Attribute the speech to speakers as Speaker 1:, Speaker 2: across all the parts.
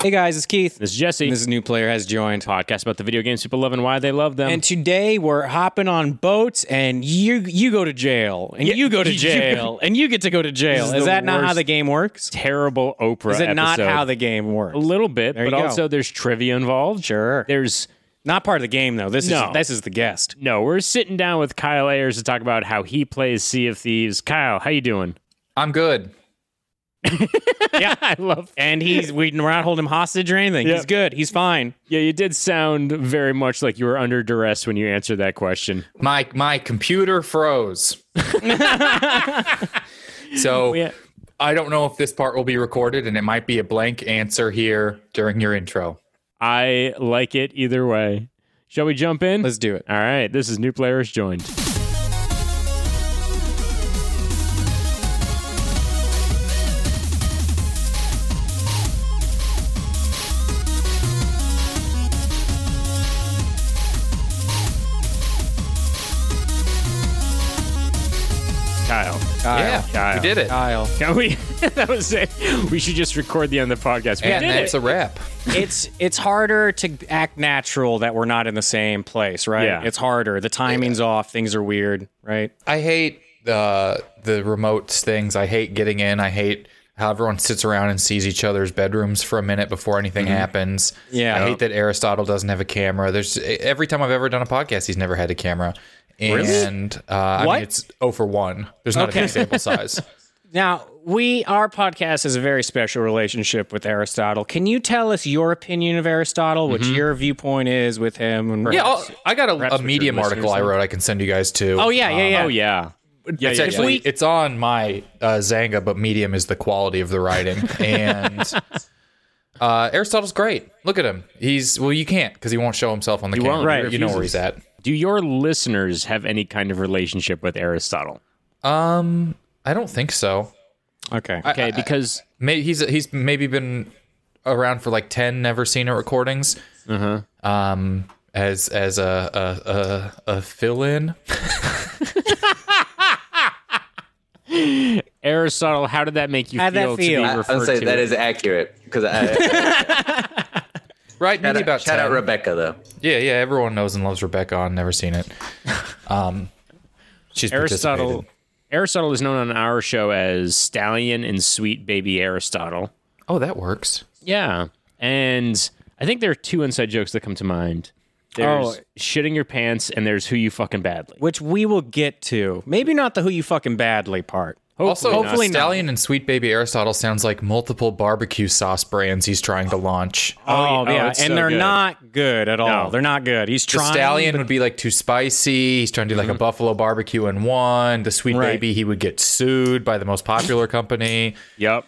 Speaker 1: Hey guys, it's Keith.
Speaker 2: This is Jesse.
Speaker 1: This new player has joined.
Speaker 2: podcast about the video games people love and why they love them.
Speaker 1: And today we're hopping on boats, and you you go to jail, and you go to
Speaker 2: you-
Speaker 1: jail, and you get to go to jail.
Speaker 2: This
Speaker 1: Is,
Speaker 2: is the
Speaker 1: that not how
Speaker 2: worst
Speaker 1: the game works?
Speaker 2: terrible Oprah.
Speaker 1: Is it not
Speaker 2: episode.
Speaker 1: how the game works?
Speaker 2: A little bit,
Speaker 1: you
Speaker 2: but
Speaker 1: go.
Speaker 2: also there's trivia involved.
Speaker 1: Sure.
Speaker 2: There's
Speaker 1: Not part of the game though. This
Speaker 2: No.
Speaker 1: is this is the guest.
Speaker 2: no. We're sitting down with Kyle Ayers to talk about how he plays Sea of Thieves. Kyle, how you doing?
Speaker 3: I'm good.
Speaker 2: yeah, I love.
Speaker 1: And he's we, we're not holding him hostage or anything.
Speaker 2: Yep.
Speaker 1: He's good. He's fine.
Speaker 2: Yeah, you did sound very much like you were under duress when you answered that question.
Speaker 3: My my computer froze. so
Speaker 2: Oh, yeah.
Speaker 3: I don't know if this part will be recorded and it might be a blank answer here during your intro.
Speaker 2: I like it either way. Shall we jump in?
Speaker 1: Let's do it.
Speaker 2: All right, this is new players joined. Kyle,
Speaker 3: yeah,
Speaker 2: Kyle.
Speaker 3: we did it.
Speaker 1: Kyle.
Speaker 2: can we? that was it. We should just record the end of the podcast. We
Speaker 3: and
Speaker 2: did
Speaker 3: that's
Speaker 2: it.
Speaker 3: a wrap.
Speaker 1: it's it's harder to act natural that we're not in the same place, right?
Speaker 2: Yeah.
Speaker 1: It's harder. The timing's off. Things are weird, right?
Speaker 3: I hate the the remote things. I hate getting in. I hate how everyone sits around and sees each other's bedrooms for a minute before anything happens.
Speaker 1: Yeah.
Speaker 3: I hate that Aristotle doesn't have a camera. There's e, every time I've ever done a podcast, he's never had a camera. And uh, I
Speaker 1: What?
Speaker 3: mean, it's 0 for 1. There's not a
Speaker 1: Okay.
Speaker 3: big sample size.
Speaker 1: Now, we our podcast has a very special relationship with Aristotle. Can you tell us your opinion of Aristotle, what your viewpoint is with him? And
Speaker 3: Yeah, oh, I'll, I got
Speaker 2: perhaps
Speaker 3: a, a
Speaker 2: with your
Speaker 3: Medium article I
Speaker 2: listeners.
Speaker 3: wrote. I can send you guys to.
Speaker 1: oh yeah, yeah, yeah.
Speaker 2: Oh yeah. Yeah,
Speaker 3: it's
Speaker 2: yeah,
Speaker 3: actually
Speaker 1: we-
Speaker 3: it's on my uh, Zanga, but Medium is the quality of the writing, and uh, Aristotle's great. Look at him. He's well, you can't because he won't show himself on the camera.
Speaker 2: won't. Right.
Speaker 3: You know where he's at.
Speaker 2: Do your listeners have any kind of relationship with Aristotle?
Speaker 3: Um, I don't think so.
Speaker 1: Okay.
Speaker 2: Okay, because
Speaker 3: May, he's he's maybe been around for like ten never seen it recordings.
Speaker 4: Uh-huh.
Speaker 3: Um, as as a a, a, a fill in.
Speaker 2: Aristotle, how did that make you
Speaker 1: How'd that
Speaker 2: feel,
Speaker 1: feel? I-
Speaker 2: to be
Speaker 1: I'll
Speaker 4: I
Speaker 2: referred
Speaker 4: would say
Speaker 2: to?
Speaker 4: that is accurate because I
Speaker 3: Right, maybe
Speaker 4: shout, out,
Speaker 3: about
Speaker 4: shout
Speaker 3: 10.
Speaker 4: out Rebecca though.
Speaker 3: Yeah, yeah. Everyone knows and loves Rebecca on Never Seen It. Um, she's
Speaker 2: Aristotle.
Speaker 3: participated.
Speaker 2: Aristotle is known on our show as Stallion and Sweet Baby Aristotle.
Speaker 3: Oh, that works.
Speaker 2: Yeah, and I think there are two inside jokes that come to mind. There's
Speaker 1: Oh.
Speaker 2: shitting your pants, and there's who you fucking badly.
Speaker 1: Which we will get to. Maybe not the who you fucking badly part.
Speaker 3: also,
Speaker 1: Hopefully not.
Speaker 3: Stallion and Sweet Baby Aristotle sounds like multiple barbecue sauce brands he's trying to launch.
Speaker 1: Oh,
Speaker 2: oh,
Speaker 1: yeah, and
Speaker 2: it's so
Speaker 1: they're
Speaker 2: good.
Speaker 1: not good at all.
Speaker 2: No.
Speaker 1: They're not good. He's
Speaker 3: The
Speaker 1: trying.
Speaker 3: Stallion would be like too spicy. He's trying to do like a buffalo barbecue in one. The Sweet
Speaker 1: Right.
Speaker 3: Baby, he would get sued by the most popular company.
Speaker 2: Yep.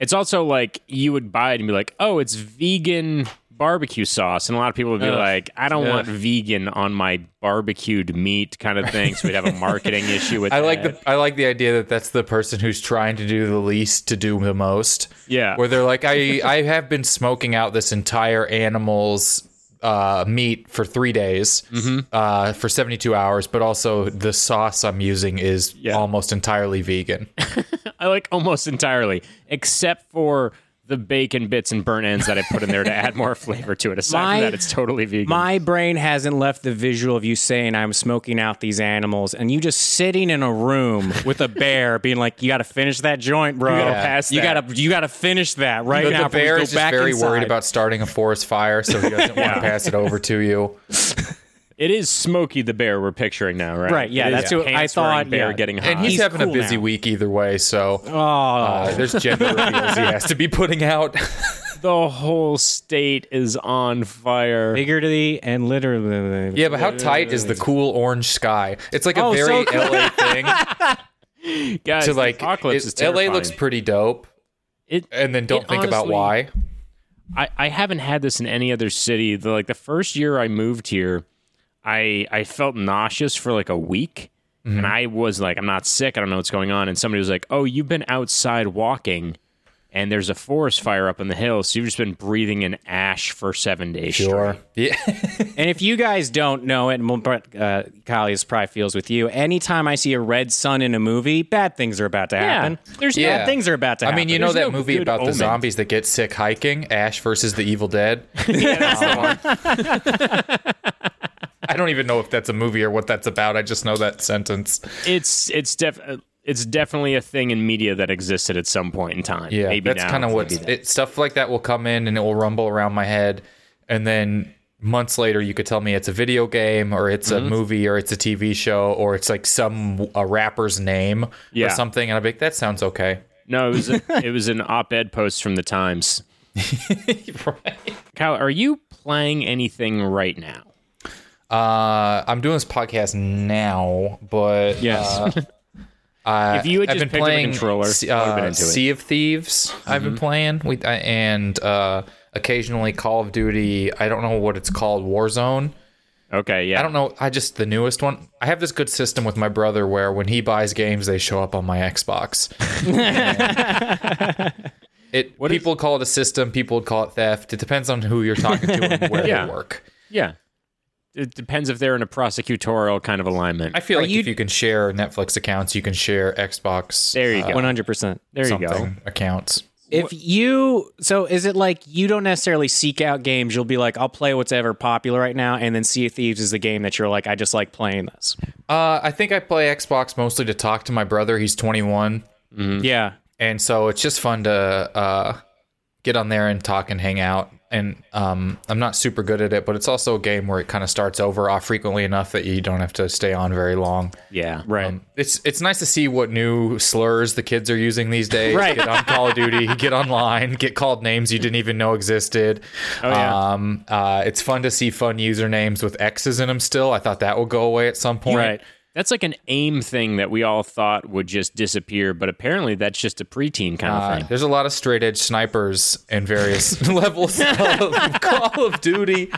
Speaker 2: It's also like you would buy it and be like, oh, it's vegan barbecue sauce. And a lot of people would be like, I don't want vegan on my barbecued meat kind of thing. So we'd have a marketing issue with
Speaker 3: I like
Speaker 2: that.
Speaker 3: the I like the idea that that's the person who's trying to do the least to do the most.
Speaker 2: Yeah.
Speaker 3: where they're like, I I have been smoking out this entire animal's uh, meat for three days,
Speaker 1: Mm-hmm.
Speaker 3: uh, for seventy two hours, but also the sauce I'm using is almost entirely vegan.
Speaker 2: I like almost entirely, except for the bacon bits and burnt ends that I put in there to add more flavor to it. Aside
Speaker 1: My-
Speaker 2: from that, it's totally vegan.
Speaker 1: My brain hasn't left the visual of you saying I'm smoking out these animals and you just sitting in a room with a bear being like, You gotta finish that joint, bro.
Speaker 2: gotta pass
Speaker 1: You
Speaker 2: that."
Speaker 1: gotta you gotta finish that right
Speaker 3: But
Speaker 1: now.
Speaker 3: the
Speaker 1: before we
Speaker 3: bear
Speaker 1: go
Speaker 3: is just
Speaker 1: back
Speaker 3: very
Speaker 1: inside.
Speaker 3: worried about starting a forest fire, so he doesn't want to pass it over to you.
Speaker 2: it is Smokey the Bear we're picturing now, right?
Speaker 1: Right, yeah,
Speaker 2: It is
Speaker 1: that's who I
Speaker 2: pants
Speaker 1: thought,
Speaker 2: wearing Bear
Speaker 1: yeah.
Speaker 2: getting hot.
Speaker 3: And he's,
Speaker 1: He's
Speaker 3: having
Speaker 1: cool
Speaker 3: a busy
Speaker 1: now. Oh.
Speaker 3: week either way, so uh, there's gender reveals he has to be putting out.
Speaker 2: the whole state is on fire.
Speaker 1: figuratively and literally.
Speaker 3: yeah, but how tight is the cool orange sky? It's like a
Speaker 1: Oh, so
Speaker 3: very
Speaker 1: cool.
Speaker 3: LA thing.
Speaker 2: Guys,
Speaker 3: to
Speaker 2: the
Speaker 3: like
Speaker 2: apocalypse
Speaker 3: it-
Speaker 2: is
Speaker 3: LA
Speaker 2: terrifying.
Speaker 3: looks pretty dope
Speaker 2: It-
Speaker 3: and then don't
Speaker 2: it
Speaker 3: think about
Speaker 2: honestly-
Speaker 3: why.
Speaker 2: I, I haven't had this in any other city. The, like the first year I moved here, I I felt nauseous for like a week,
Speaker 3: Mm-hmm.
Speaker 2: and I was like, I'm not sick. I don't know what's going on. And somebody was like, Oh, you've been outside walking and there's a forest fire up in the hills. So you've just been breathing in ash for seven days.
Speaker 3: Sure.
Speaker 2: straight.
Speaker 3: Yeah.
Speaker 1: And if you guys don't know it, and we'll- but, uh, Kylie this probably feels with you. Anytime I see a red sun in a movie, bad things are about to happen.
Speaker 2: There's
Speaker 3: Yeah.
Speaker 1: Bad things are about to
Speaker 3: I
Speaker 1: happen.
Speaker 3: mean, you know
Speaker 2: There's
Speaker 3: that
Speaker 2: no
Speaker 3: movie
Speaker 2: good
Speaker 3: about
Speaker 2: omen.
Speaker 3: the zombies that get sick hiking, Ash versus the Evil Dead. I don't even know if that's a movie or what that's about. I just know that sentence.
Speaker 2: it's it's def it's definitely a thing in media that existed at some point in time.
Speaker 3: Yeah,
Speaker 2: Maybe
Speaker 3: that's
Speaker 2: now
Speaker 3: kind of
Speaker 2: it's
Speaker 3: what
Speaker 2: maybe that.
Speaker 3: it, stuff like that will come in and it will rumble around my head, and then months later you could tell me it's a video game or it's
Speaker 2: Mm-hmm.
Speaker 3: a movie or it's a TV show or it's like some a rapper's name
Speaker 2: Yeah.
Speaker 3: or something, and I'll be like, that sounds okay.
Speaker 2: No, it was a, it was an op-ed post from the Times. Kyle, are you playing anything right now?
Speaker 3: Uh, I'm doing this podcast now, but
Speaker 1: yes.
Speaker 3: uh,
Speaker 2: If you had
Speaker 3: I've
Speaker 2: just
Speaker 3: been
Speaker 2: picked up a
Speaker 3: playing
Speaker 2: controller,
Speaker 3: Se-
Speaker 2: I would've been
Speaker 3: uh,
Speaker 2: into it. Mm-hmm.
Speaker 3: Sea of Thieves. I've been playing we, I- and uh, occasionally Call of Duty. I don't know what it's called, Warzone.
Speaker 2: Okay, yeah.
Speaker 3: I don't know. I just the newest one. I have this good system with my brother where when he buys games, they show up on my Xbox. And it people call it a system. People would call it theft. It depends on who you're talking to and where
Speaker 2: Yeah.
Speaker 3: they work.
Speaker 2: Yeah. It depends if they're in a prosecutorial kind of alignment.
Speaker 3: I feel
Speaker 1: Are
Speaker 3: like
Speaker 1: you-
Speaker 3: if you can share Netflix accounts, you can share Xbox.
Speaker 2: there you go.
Speaker 1: One hundred percent.
Speaker 2: there you go.
Speaker 3: something accounts.
Speaker 1: If you so, is it like you don't necessarily seek out games? You'll be like, I'll play what's ever popular right now, and then Sea of Thieves is the game that you're like, I just like playing this.
Speaker 3: Uh, I think I play Xbox mostly to talk to my brother. He's 21, Hmm.
Speaker 1: Yeah,
Speaker 3: and so it's just fun to uh, get on there and talk and hang out. And um, I'm not super good at it, but it's also a game where it kind of starts over off frequently enough that you don't have to stay on very long.
Speaker 2: Yeah.
Speaker 1: right.
Speaker 3: Um, it's it's nice to see what new slurs the kids are using these days.
Speaker 1: Right.
Speaker 3: Get on Call of Duty, get online, get called names you didn't even know existed. Oh,
Speaker 2: yeah.
Speaker 3: Um, uh, it's fun to see fun usernames with X's in them still. I thought that will go away at some point.
Speaker 1: Right.
Speaker 2: That's like an aim thing that we all thought would just disappear, but apparently that's just a preteen kind of
Speaker 3: Uh,
Speaker 2: thing.
Speaker 3: there's a lot of straight edge snipers in various levels of Call of Duty.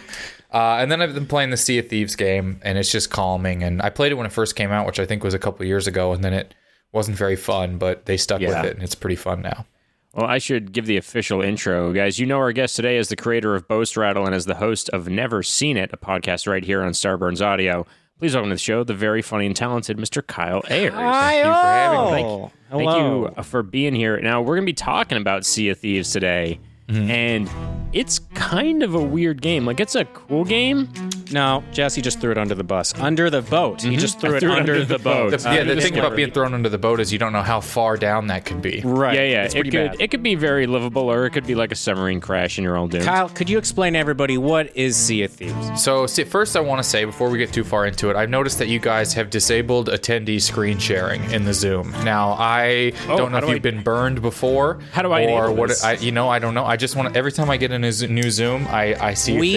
Speaker 3: Uh, and then I've been playing the Sea of Thieves game, and it's just calming. And I played it when it first came out, which I think was a couple years ago, and then it wasn't very fun, but they stuck
Speaker 2: Yeah.
Speaker 3: with it, and it's pretty fun now.
Speaker 2: Well, I should give the official intro, guys. You know, our guest today is the creator of Boast Rattle and is the host of Never Seen It, a podcast right here on Starburns Audio. Please welcome to the show the very funny and talented Mr. Kyle Ayers.
Speaker 1: Thank
Speaker 3: you for having me.
Speaker 2: Thank, thank you uh, for being here. Now, we're going to be talking about Sea of Thieves today,
Speaker 1: Mm-hmm.
Speaker 2: and it's kind of a weird game. Like, it's a cool game.
Speaker 1: No, Jesse just threw it under the bus. Under the boat.
Speaker 3: Mm-hmm.
Speaker 1: He just threw it
Speaker 2: threw it
Speaker 1: under, the boat.
Speaker 3: The- yeah, the thing about being thrown under the boat is you don't know how far down that could be.
Speaker 1: Right.
Speaker 2: Yeah, yeah.
Speaker 1: It's
Speaker 2: It
Speaker 1: pretty
Speaker 2: could,
Speaker 1: bad.
Speaker 2: it could be very livable, or it could be like a submarine crash and you're all doomed.
Speaker 1: Kyle, could you explain to everybody what is Sea of Thieves?
Speaker 3: So, see, first, I want to say before we get too far into it, I've noticed that you guys have disabled attendee screen sharing in the Zoom. Now, I don't
Speaker 2: Oh, how
Speaker 3: know if
Speaker 2: do
Speaker 3: you've
Speaker 2: I-
Speaker 3: been burned before.
Speaker 2: How do I
Speaker 3: Or
Speaker 2: enable
Speaker 3: what?
Speaker 2: this?
Speaker 3: I, you know, I don't know. I just want to, every time I get a new, Z- new Zoom, I, I see
Speaker 1: We
Speaker 3: if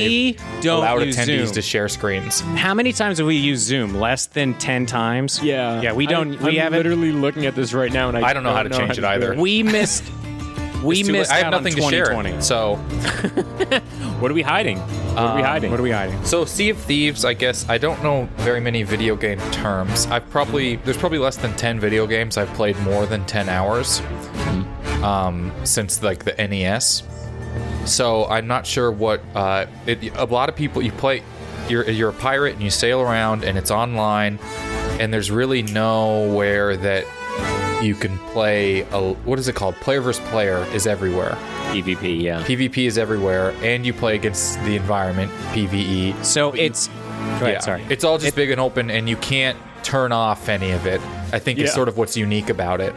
Speaker 3: they've
Speaker 1: don't
Speaker 3: allowed
Speaker 1: use
Speaker 3: attendees
Speaker 1: Zoom.
Speaker 3: to share screens.
Speaker 1: How many times have we used Zoom? Less than 10 times? Yeah, we don't.
Speaker 2: I,
Speaker 1: we
Speaker 2: am
Speaker 1: haven't.
Speaker 2: literally looking at this right now, and I,
Speaker 3: I don't know how to change it either.
Speaker 1: we missed. We
Speaker 3: It's too late.
Speaker 1: missed
Speaker 3: I
Speaker 1: out
Speaker 3: have nothing
Speaker 1: on
Speaker 3: to share.
Speaker 1: 2020.
Speaker 3: So,
Speaker 2: What are we hiding? Um, What
Speaker 3: Um,
Speaker 2: are we hiding?
Speaker 1: What are we hiding?
Speaker 3: So Sea of Thieves, I guess I don't know very many video game terms. I've probably there's probably less than 10 video games I've played more than 10 hours um, since like the NES. So I'm not sure what uh, it, a lot of people you play you're you're a pirate and you sail around and it's online and there's really nowhere that you can play a, what is it called player versus player is everywhere
Speaker 2: PvP, yeah.
Speaker 3: pvp is everywhere and you play against the environment E. pve
Speaker 1: So it's. Go ahead, sorry.
Speaker 3: it's all just big and open, and you can't turn off any of it. I think
Speaker 2: Yeah.
Speaker 3: it's sort of what's unique about it.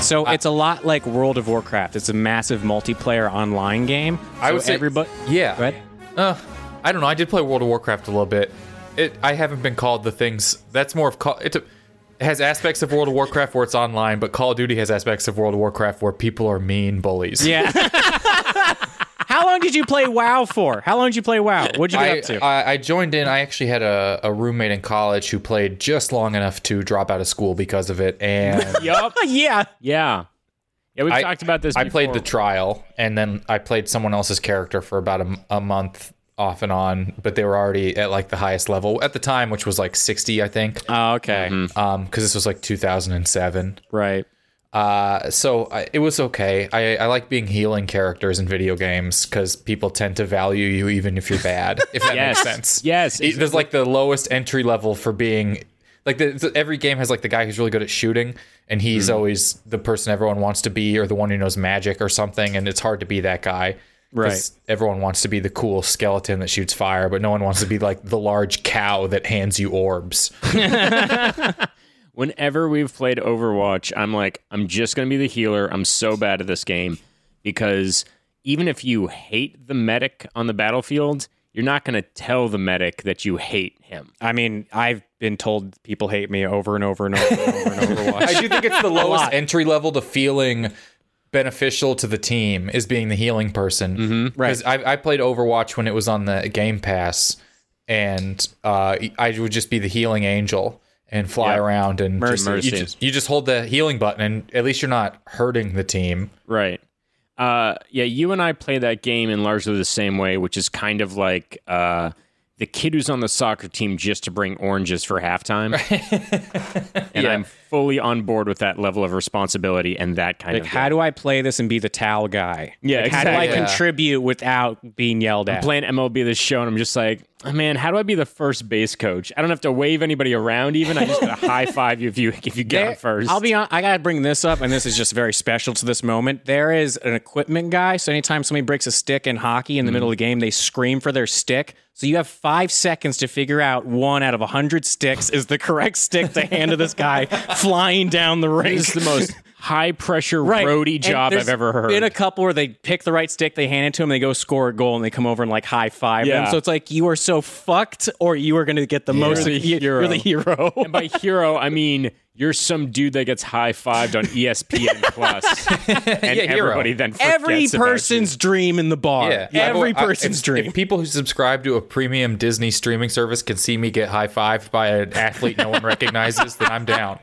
Speaker 1: so it's a lot like World of Warcraft. It's a massive multiplayer online game.
Speaker 3: I
Speaker 1: So
Speaker 3: would say
Speaker 1: everybody.
Speaker 3: Yeah.
Speaker 1: Go ahead.
Speaker 3: Uh, I don't know. I did play World of Warcraft a little bit. It. I haven't been called the things. That's more of call. It, it has aspects of World of Warcraft where it's online, but Call of Duty has aspects of World of Warcraft where people are mean bullies.
Speaker 1: Yeah. How long did you play WoW for? How long did you play WoW? What'd you get
Speaker 3: I,
Speaker 1: up to?
Speaker 3: I, I joined in. I actually had a, a roommate in college who played just long enough to drop out of school because of it, and
Speaker 2: yup.
Speaker 1: yeah.
Speaker 2: Yeah. Yeah, we've
Speaker 3: I-
Speaker 2: talked about this
Speaker 3: I played the
Speaker 2: before.
Speaker 3: trial, and then I played someone else's character for about a, m- a month off and on, but they were already at like the highest level at the time,
Speaker 1: Mm-hmm.
Speaker 2: Um,
Speaker 3: which um, was like 60, I think, because
Speaker 1: Oh, okay.
Speaker 3: this was like 2007.
Speaker 1: Right.
Speaker 3: Uh, so I, it was okay. I, I like being healing characters in video games because people tend to value you even if you're bad. if that
Speaker 2: Yes.
Speaker 3: makes sense.
Speaker 2: Yes.
Speaker 3: It- there's like the lowest entry level for being like the, the- every game has like the guy who's really good at shooting, and he's always the person everyone wants to be, or the one who knows magic or something, and it's hard to be that guy. 'Cause Everyone wants to be the cool skeleton that shoots fire, but no one wants to be like the large cow that hands you orbs.
Speaker 2: whenever we've played Overwatch, I'm like, I'm just going to be the healer. I'm so bad at this game because even if you hate the medic on the battlefield, you're not going to tell the medic that you hate him.
Speaker 1: I mean, I've been told people hate me over and over and over and over and over.
Speaker 3: I do think it's the lowest
Speaker 1: lot.
Speaker 3: entry level to feeling beneficial to the team is being the healing person. Mm-hmm.
Speaker 1: Right.
Speaker 3: I, I played Overwatch when it was on the Game Pass, and uh, I would just be the healing angel and fly around and just-
Speaker 2: Mercy.
Speaker 3: You, just, you just hold the healing button, and at least you're not hurting the team.
Speaker 2: Right. Uh, yeah, you and I play that game in largely the same way, which is kind of like uh, the kid who's on the soccer team just to bring oranges for halftime. and I'm fully on board with that level of responsibility and that kind
Speaker 1: Like,
Speaker 2: of.
Speaker 1: how do I play this and be the towel guy?
Speaker 2: Yeah,
Speaker 1: like, How do I
Speaker 2: exactly.
Speaker 3: Yeah.
Speaker 1: contribute without being yelled at?
Speaker 2: playing MLB the show, and I'm just like, oh, man, how do I be the first base coach? I don't have to wave anybody around. Even I just gotta high five you if you if you get
Speaker 1: There-
Speaker 2: on first.
Speaker 1: I'll be on. I gotta bring this up, and this is just very special to this moment. There is an equipment guy, so anytime somebody breaks a stick in hockey in the middle of the game, they scream for their stick. So you have five seconds to figure out one out of a hundred sticks is the correct stick to hand to this guy flying down the rink.
Speaker 2: This is the most high pressure roadie
Speaker 1: And
Speaker 2: job
Speaker 1: there's
Speaker 2: I've ever heard.
Speaker 1: Been a couple where they pick the right stick, they hand it to him, they go score a goal, and they come over and like high five
Speaker 2: Yeah.
Speaker 1: them. So it's like you are so fucked, or you are going to get the most.
Speaker 2: the
Speaker 1: you- You're the hero.
Speaker 2: and by hero, I mean you're some dude that gets high fived on E ESPN Plus, and
Speaker 3: Yeah, hero.
Speaker 2: everybody then forgets
Speaker 1: Every
Speaker 2: about you.
Speaker 1: person's dream in the bar. Every
Speaker 3: I've- I-
Speaker 1: person's
Speaker 3: if,
Speaker 1: dream.
Speaker 3: If people who subscribe to a premium Disney streaming service can see me get high fived by an athlete no one recognizes, then I'm down.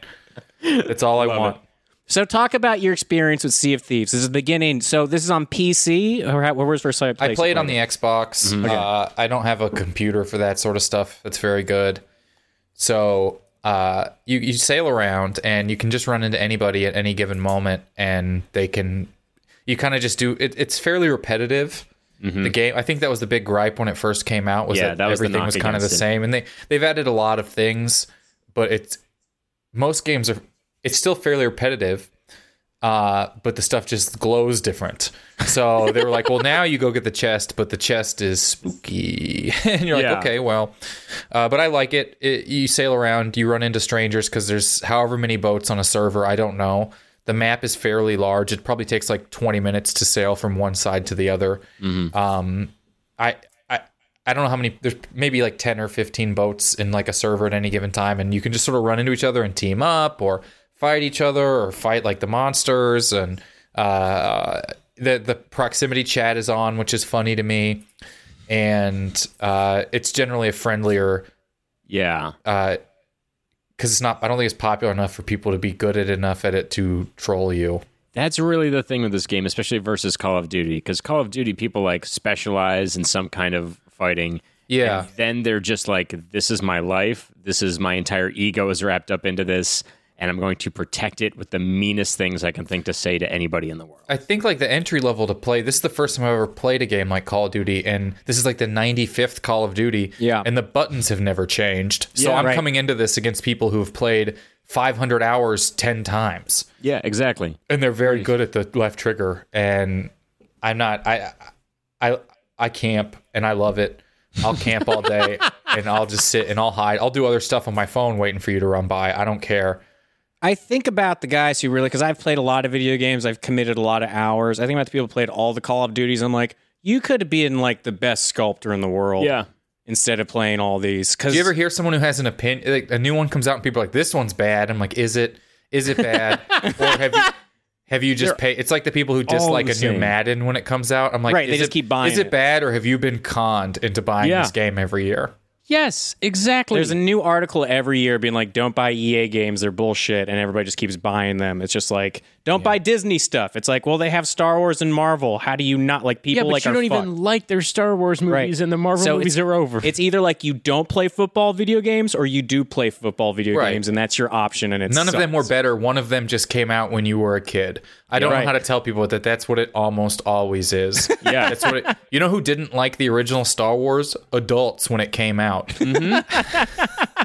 Speaker 3: That's all I want.
Speaker 1: so talk about your experience with Sea of Thieves. This is the beginning. So this is on PC. Or how, where was first place?
Speaker 3: I played on the Xbox.
Speaker 2: Mm-hmm.
Speaker 3: Uh, I don't have a computer for that sort of stuff. That's very good. So uh, you you sail around and you can just run into anybody at any given moment, and they can. You kind of just do. It, it's fairly repetitive. The game. I think that was the big gripe when it first came out. Was
Speaker 2: Mm-hmm. Yeah,
Speaker 3: that,
Speaker 2: that was the
Speaker 3: everything
Speaker 2: knock
Speaker 3: was kind of the
Speaker 2: against it.
Speaker 3: same, and they they've added a lot of things, but it's most games are. It's still fairly repetitive, uh, but the stuff just glows different. So they were like, well, now you go get the chest, but the chest is spooky. and you're
Speaker 2: Yeah.
Speaker 3: like, okay, well. Uh, but I like it. it. You sail around, you run into strangers because there's however many boats on a server. I don't know. The map is fairly large. It probably takes like 20 minutes to sail from one side to the other. Um, I, I, I don't know how many. There's maybe like ten or fifteen boats in like a server at any given time, and you can just sort of run into each other and team up, or fight each other, or fight like the monsters. And uh, the the proximity chat is on, which is funny to me. And uh, it's generally a friendlier
Speaker 2: Yeah,
Speaker 1: Uh,
Speaker 3: because it's not. I don't think it's popular enough for people to be good at enough at it to troll you.
Speaker 2: That's really the thing with this game, especially versus Call of Duty, because Call of Duty people like specialize in some kind of fighting.
Speaker 3: Yeah.
Speaker 2: And then they're just like, this is my life. This is my entire ego is wrapped up into this, and I'm going to protect it with the meanest things I can think to say to anybody in the world.
Speaker 3: I think like the entry level to play. This is the first time I've ever played a game like Call of Duty, and this is like the 95th Call of Duty.
Speaker 1: Yeah.
Speaker 3: and the buttons have never changed. So
Speaker 1: Yeah,
Speaker 3: I'm
Speaker 1: right.
Speaker 3: coming into this against people who have played 500 hours 10 times,
Speaker 2: Yeah, exactly.
Speaker 3: and they're very good at the left trigger. And I'm not. I, I, I camp, and I love it. I'll camp all day, and I'll just sit and I'll hide. I'll do other stuff on my phone, waiting for you to run by. I don't care.
Speaker 1: I think about the guys who really, because I've played a lot of video games, I've committed a lot of hours. I think about the people who played all the Call of Duties. I'm like, you could be in like the best sculptor in the world.
Speaker 2: Yeah.
Speaker 1: Instead of playing all these, because
Speaker 3: Do you ever hear someone who has an opinion? Like a new one comes out and people are like, "This one's bad." I'm like, "Is it? Is it bad?" or have you have you just pay? It's like the people who dislike
Speaker 1: the
Speaker 3: a new
Speaker 1: same.
Speaker 3: Madden when it comes out. I'm like,
Speaker 1: Right, they
Speaker 3: is
Speaker 1: just
Speaker 3: it-
Speaker 1: keep buying
Speaker 3: Is it,
Speaker 1: it.
Speaker 3: bad or have you been conned into buying
Speaker 2: Yeah.
Speaker 3: this game every year?"
Speaker 2: Yes, exactly.
Speaker 1: There's a new article every year being like, don't buy EA games, they're bullshit, and everybody just keeps buying them. It's just like, don't buy Disney stuff. It's like, well, they have Star Wars and Marvel. How do you not like
Speaker 2: yeah,
Speaker 1: people
Speaker 2: but
Speaker 1: like
Speaker 2: you
Speaker 1: are
Speaker 2: don't
Speaker 1: fucked.
Speaker 2: even like their Star Wars movies,
Speaker 1: Right.
Speaker 2: and the Marvel
Speaker 1: So
Speaker 2: movies
Speaker 1: it's-
Speaker 2: are over.
Speaker 1: It's either like you don't play football video games or you do play football video
Speaker 3: Right.
Speaker 1: games, and that's your option. And it's
Speaker 3: None of them were better. One of them just came out when you were a kid. I don't
Speaker 1: Right.
Speaker 3: know how to tell people that that's what it almost always is.
Speaker 2: Yeah.
Speaker 3: That's what it, you know who didn't like the original Star Wars? Adults when it came out.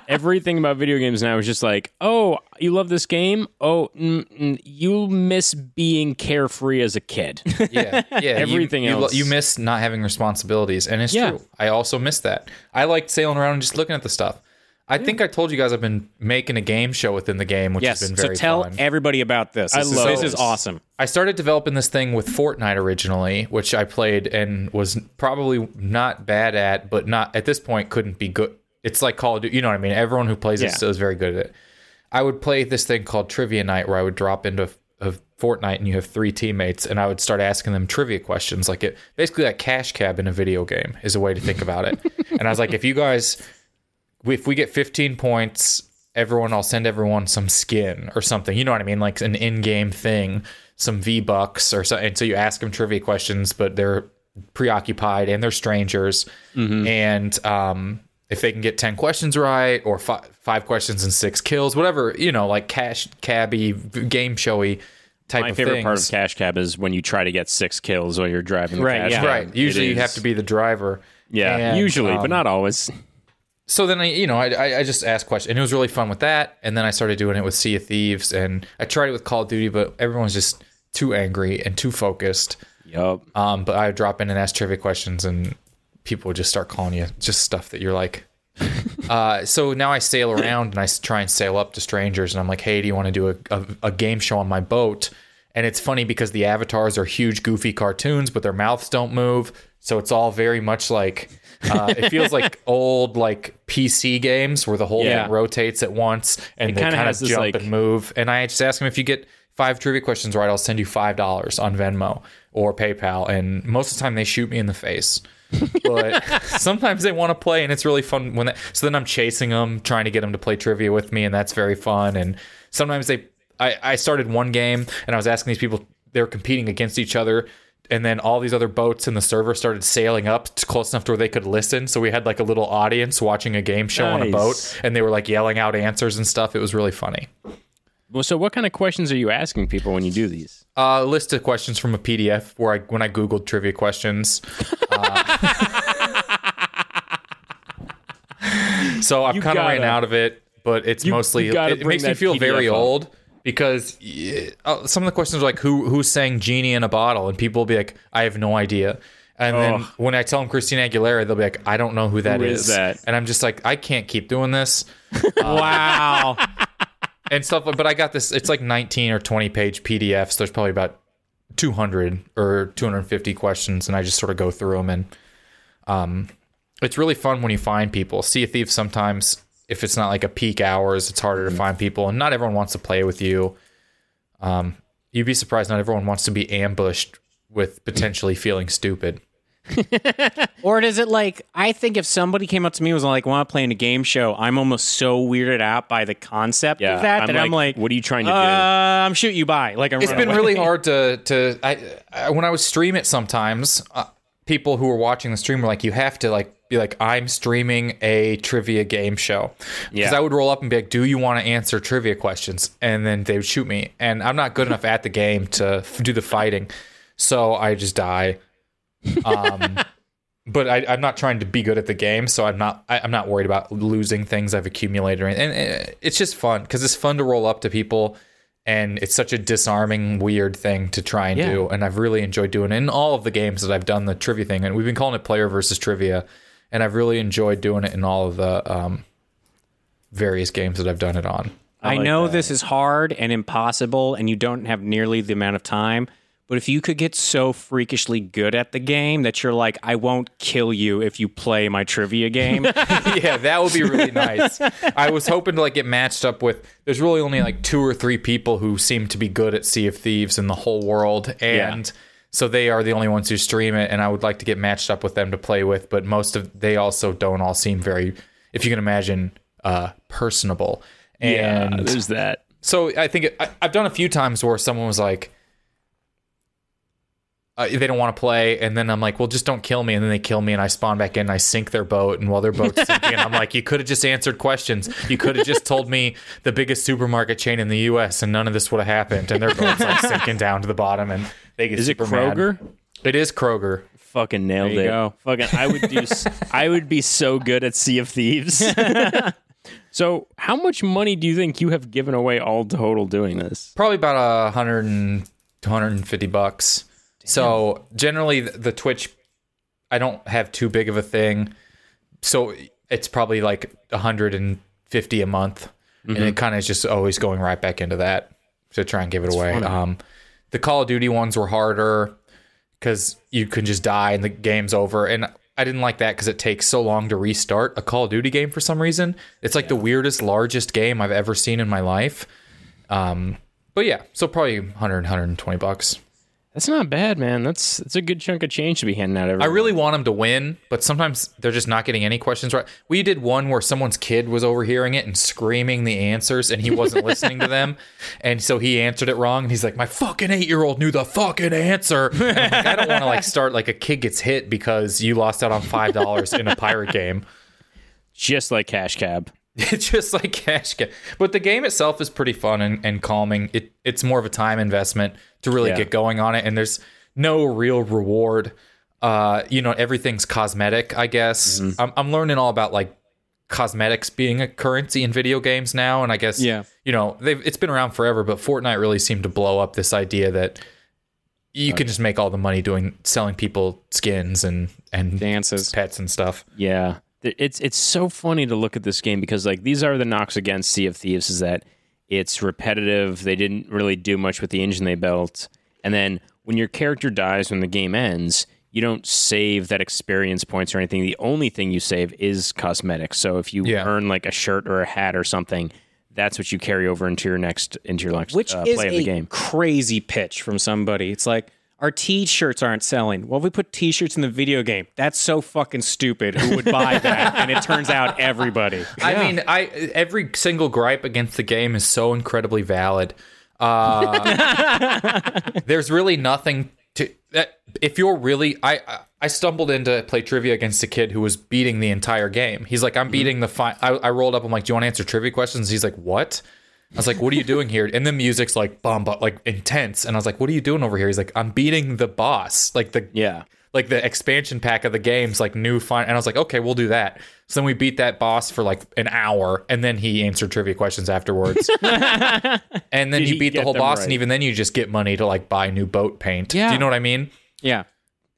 Speaker 2: Everything about video games now is just like, oh, you love this game. Oh, mm, mm, you miss being carefree as a kid.
Speaker 3: yeah, yeah. you-
Speaker 2: Everything
Speaker 3: you, lo-
Speaker 2: else.
Speaker 3: you miss not having responsibilities, and it's
Speaker 2: Yeah.
Speaker 3: true. I also miss that. I liked sailing around and just looking at the stuff. I think I told you guys I've been making a game show within the game, which
Speaker 1: Yes.
Speaker 3: has been
Speaker 1: So
Speaker 3: very
Speaker 1: tell
Speaker 3: fun.
Speaker 1: everybody about this. This, is,
Speaker 2: love
Speaker 1: this is
Speaker 2: this.
Speaker 1: awesome.
Speaker 3: I started developing this thing with Fortnite originally, which I played and was probably not bad at, but not at this point couldn't be good. It's like Call of Duty, you know what I mean? Everyone who plays
Speaker 1: Yeah.
Speaker 3: it still is very good at it. I would play this thing called Trivia Night where I would drop into of Fortnite and you have three teammates and I would start asking them trivia questions like it basically like cash cab in a video game is a way to think about it. and I was like, if you guys if we get 15 points, everyone, I'll send everyone some skin or something. You know what I mean? Like an in game thing, some V Bucks or something. And so you ask them trivia questions, but they're preoccupied and they're strangers.
Speaker 2: Mm-hmm.
Speaker 3: And um, if they can get 10 questions right or fi- five questions and six kills, whatever, you know, like cash, cabby, v- game showy type
Speaker 2: My
Speaker 3: of
Speaker 2: favorite part
Speaker 3: things.
Speaker 2: of Cash Cab is when you try to get six kills while you're driving. the
Speaker 1: Right,
Speaker 2: Cash
Speaker 1: yeah.
Speaker 2: Cab.
Speaker 3: Right.
Speaker 2: It
Speaker 3: Usually you
Speaker 2: is-
Speaker 3: have to be the driver.
Speaker 2: Yeah,
Speaker 3: And,
Speaker 2: usually,
Speaker 3: um,
Speaker 2: but not always.
Speaker 3: so then I, you know, I, I- I just asked questions, and it was really fun with that. And then I started doing it with Sea of Thieves, and I tried it with Call of Duty, but everyone's just too angry and too focused.
Speaker 2: Yup.
Speaker 3: Um, but I would drop in and ask trivia questions, and people would just start calling you just stuff that you're like. uh, so now I sail around and I s- try and sail up to strangers, and I'm like, "Hey, do you want to do a, a, a game show on my boat?" And it's funny because the avatars are huge, goofy cartoons, but their mouths don't move, so it's all very much like uh, it feels like old like PC games where the whole
Speaker 2: Yeah.
Speaker 3: thing rotates at once and they
Speaker 2: kinda
Speaker 3: kind of
Speaker 2: has this,
Speaker 3: jump
Speaker 2: like-
Speaker 3: and move. And I just ask them if you get five trivia questions right, I'll send you five dollars on Venmo or PayPal. And most of the time, they shoot me in the face. But sometimes they want to play, and it's really fun when. That, so then I'm chasing them, trying to get them to play trivia with me, and that's very fun. And sometimes they, I, I started one game, and I was asking these people, they were competing against each other. And then all these other boats in the server started sailing up to close enough to where they could listen. So we had like a little audience watching a game show on a
Speaker 2: Nice.
Speaker 3: boat, and they were like yelling out answers and stuff. It was really funny.
Speaker 2: Well, so what kind of questions are you asking people when you do these?
Speaker 3: uh, list of questions from a PDF where I when I googled trivia questions. Uh, so I've kind of
Speaker 2: gotta-
Speaker 3: ran out of it, but it's mostly
Speaker 2: you gotta
Speaker 3: it, it
Speaker 2: bring
Speaker 3: makes me
Speaker 2: that
Speaker 3: feel very
Speaker 2: PDF up.
Speaker 3: old because y- uh, some of the questions are like who who sang genie in a bottle and people will be like I have no idea. And then
Speaker 2: Ugh.
Speaker 3: when I tell them Christina Aguilera, they'll be like, "I don't know who that
Speaker 2: Who
Speaker 3: is."
Speaker 2: is that?
Speaker 3: And I'm just like, "I can't keep doing this."
Speaker 1: Wow.
Speaker 3: and stuff. But I got this. It's like 19 or 20 page PDFs. There's probably about 200 or 250 questions, and I just sort of go through them. And um, it's really fun when you find people. Sea of Thieves sometimes, if it's not like a peak hours, it's harder to find people, and not everyone wants to play with you. Um, you'd be surprised. Not everyone wants to be ambushed with potentially feeling stupid.
Speaker 1: Or does it like I think if somebody came up to me and was like, "Want to play in a game show?" I'm almost so weirded out by the concept
Speaker 2: Yeah,
Speaker 1: of that
Speaker 2: I'm
Speaker 1: that I'm
Speaker 2: like,
Speaker 1: like,
Speaker 2: what are you trying to do?
Speaker 1: uh, I'm shoot you by. Like I'm.
Speaker 3: It's been
Speaker 1: away.
Speaker 3: really hard to to I, I when I would stream it sometimes. Uh, people who were watching the stream were like, "You have to like be like, I'm streaming a trivia game show." Because
Speaker 2: Yeah.
Speaker 3: I would roll up and be like, "Do you want to answer trivia questions?" And then they would shoot me, and I'm not good enough at the game to f- do the fighting, so I just die. Um, but I, I'm not trying to be good at the game, so I'm not I, I'm not worried about losing things I've accumulated. or anything. And uh, it's just fun because it's fun to roll up to people, and it's such a disarming, weird thing to try and
Speaker 1: Yeah.
Speaker 3: do. And I've really enjoyed doing it in all of the games that I've done the trivia thing, and we've been calling it player versus trivia, and I've really enjoyed doing it in all of the um, various games that I've done it on.
Speaker 1: I, know this is hard and impossible, and you don't have nearly the amount of time. But if you could get so freakishly good at the game that you're like, I won't kill you if you play my trivia game.
Speaker 3: yeah, that would be really nice. I was hoping to like get matched up with. There's really only like two or three people who seem to be good at Sea of Thieves in the whole world, and so they are the only ones who stream it. And I would like to get matched up with them to play with, but most of they also don't all seem very if you can imagine uh, personable.
Speaker 2: Yeah,
Speaker 3: And
Speaker 2: Uh, there's that.
Speaker 3: so I think it, I, I've done a few times where someone was like, uh, they don't want to play, and then I'm like, well, just don't kill me, and then they kill me, and I spawn back in, and I sink their boat, and while their boat's sinking, I'm like, you could have just answered questions, you could have just told me the biggest supermarket chain in the U.S., and none of this would have happened, and their boat's like sinking down to the bottom, and they get
Speaker 2: Is it
Speaker 3: super mad.
Speaker 2: Kroger?
Speaker 3: It is Kroger.
Speaker 2: Fucking nailed
Speaker 1: you
Speaker 2: it.
Speaker 1: go.
Speaker 2: Fucking, I would do. s- I would be so good at Sea of Thieves. so, how much money do you think you have given away all total doing this?
Speaker 3: probably about a hundred and 150 bucks so generally th- the twitch i don't have too big of a thing so it's probably like 150 a month and it kind of is just always going right back into that to try and give it away um the call of duty ones were harder because you can just die and the game's over and i didn't like that because it takes so long to restart a call of duty game for some reason it's like the weirdest largest game i've ever seen in my life um, but yeah, so probably 100, 120 bucks.
Speaker 2: That's not bad, man. That's that's a good chunk of change to be handing out every.
Speaker 3: I really want them to win, but sometimes they're just not getting any questions right. We did one where someone's kid was overhearing it and screaming the answers, and he wasn't listening to them, and so he answered it wrong, and he's like, "My fucking eight year old knew the fucking answer." And I'm like, I don't want to like start like a kid gets hit because you lost out on five dollars in a pirate game.
Speaker 2: just like Cash Cab.
Speaker 3: It's just like cash cow. But the game itself is pretty fun and, and calming. It it's more of a time investment to really
Speaker 2: Yeah.
Speaker 3: get going on it, and there's no real reward. Uh, you know, everything's cosmetic, I guess.
Speaker 1: Mm-hmm.
Speaker 3: I'm I'm learning all about like cosmetics being a currency in video games now, and I guess
Speaker 1: Yeah.
Speaker 3: you know, they've it's been around forever, but Fortnite really seemed to blow up this idea that you can just make all the money doing selling people skins and and
Speaker 1: Dances.
Speaker 3: pets and stuff.
Speaker 2: Yeah. Th- It's it's so funny to look at this game because like these are the knocks against Sea of Thieves is that it's repetitive. They didn't really do much with the engine they built. And then when your character dies when the game ends, you don't save that experience points or anything. The only thing you save is cosmetics. So if you
Speaker 3: Yeah.
Speaker 2: earn like a shirt or a hat or something, that's what you carry over into your next into your next
Speaker 1: which
Speaker 2: uh,
Speaker 1: is
Speaker 2: play
Speaker 1: a
Speaker 2: of the game.
Speaker 1: crazy pitch from somebody. It's like our t-shirts aren't selling. Well, if we put t-shirts in the video game. That's so fucking stupid. Who would buy that? and it turns out everybody.
Speaker 3: I mean, I every single gripe against the game is so incredibly valid. Uh, there's really nothing to that. If you're really, I I- I stumbled into play trivia against a kid who was beating the entire game. He's like, I'm beating the fi I, I rolled up. I'm like, do you want to answer trivia questions? He's like, what? I was like, what are you doing here? And the music's like bomb, but like intense. And I was like, what are you doing over here? He's like, I'm beating the boss, like the
Speaker 2: Yeah.
Speaker 3: like the expansion pack of the games, like new fun. And I was like, okay, we'll do that. So then we beat that boss for like an hour, and then he answered trivia questions afterwards. and then
Speaker 2: Did
Speaker 3: you
Speaker 2: he
Speaker 3: beat the
Speaker 2: get
Speaker 3: whole
Speaker 2: them
Speaker 3: boss, and
Speaker 2: right?
Speaker 3: even then you just get money to like buy new boat paint. Do
Speaker 1: Yeah.
Speaker 3: you know what I mean?
Speaker 1: Yeah.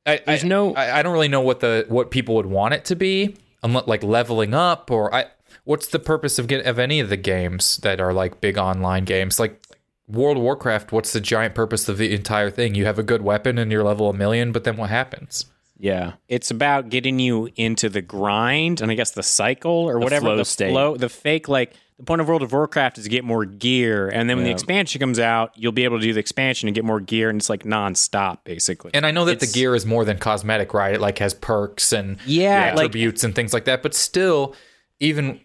Speaker 3: I,
Speaker 2: There's
Speaker 3: I-
Speaker 2: no-
Speaker 3: I, I don't really know what the what people would want it to be, unless like leveling up or I. What's the purpose of get of any of the games that are like big online games like? World of Warcraft, what's the giant purpose of the entire thing? You have a good weapon and you're level a million, but then what happens?
Speaker 2: Yeah.
Speaker 1: It's about getting you into the grind and I guess the cycle or whatever
Speaker 2: flow
Speaker 1: the
Speaker 2: state.
Speaker 1: flow, the fake like the point of World of Warcraft is to get more gear, and then when the expansion comes out, you'll be able to do the expansion and get more gear, and it's like nonstop basically.
Speaker 3: And I know that the gear is more than cosmetic, right? It like has perks and
Speaker 1: Yeah, like-
Speaker 3: attributes and things like that. But still, even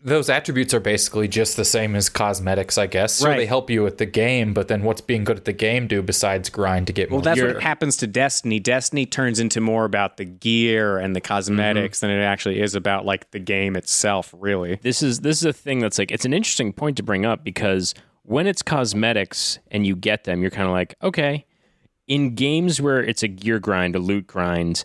Speaker 3: those attributes are basically just the same as cosmetics, I guess. So
Speaker 1: Right.
Speaker 3: they help you at the game, but then what's being good at the game do besides grind to get
Speaker 1: Well,
Speaker 3: more?
Speaker 1: that's
Speaker 2: You're-
Speaker 1: what happens to Destiny. Destiny turns into more about the gear and the cosmetics than it actually is about like the game itself, really.
Speaker 2: this is this is a thing that's like it's an interesting point to bring up because when it's cosmetics and you get them, you're kind of like, okay. In games where it's a gear grind, a loot grind,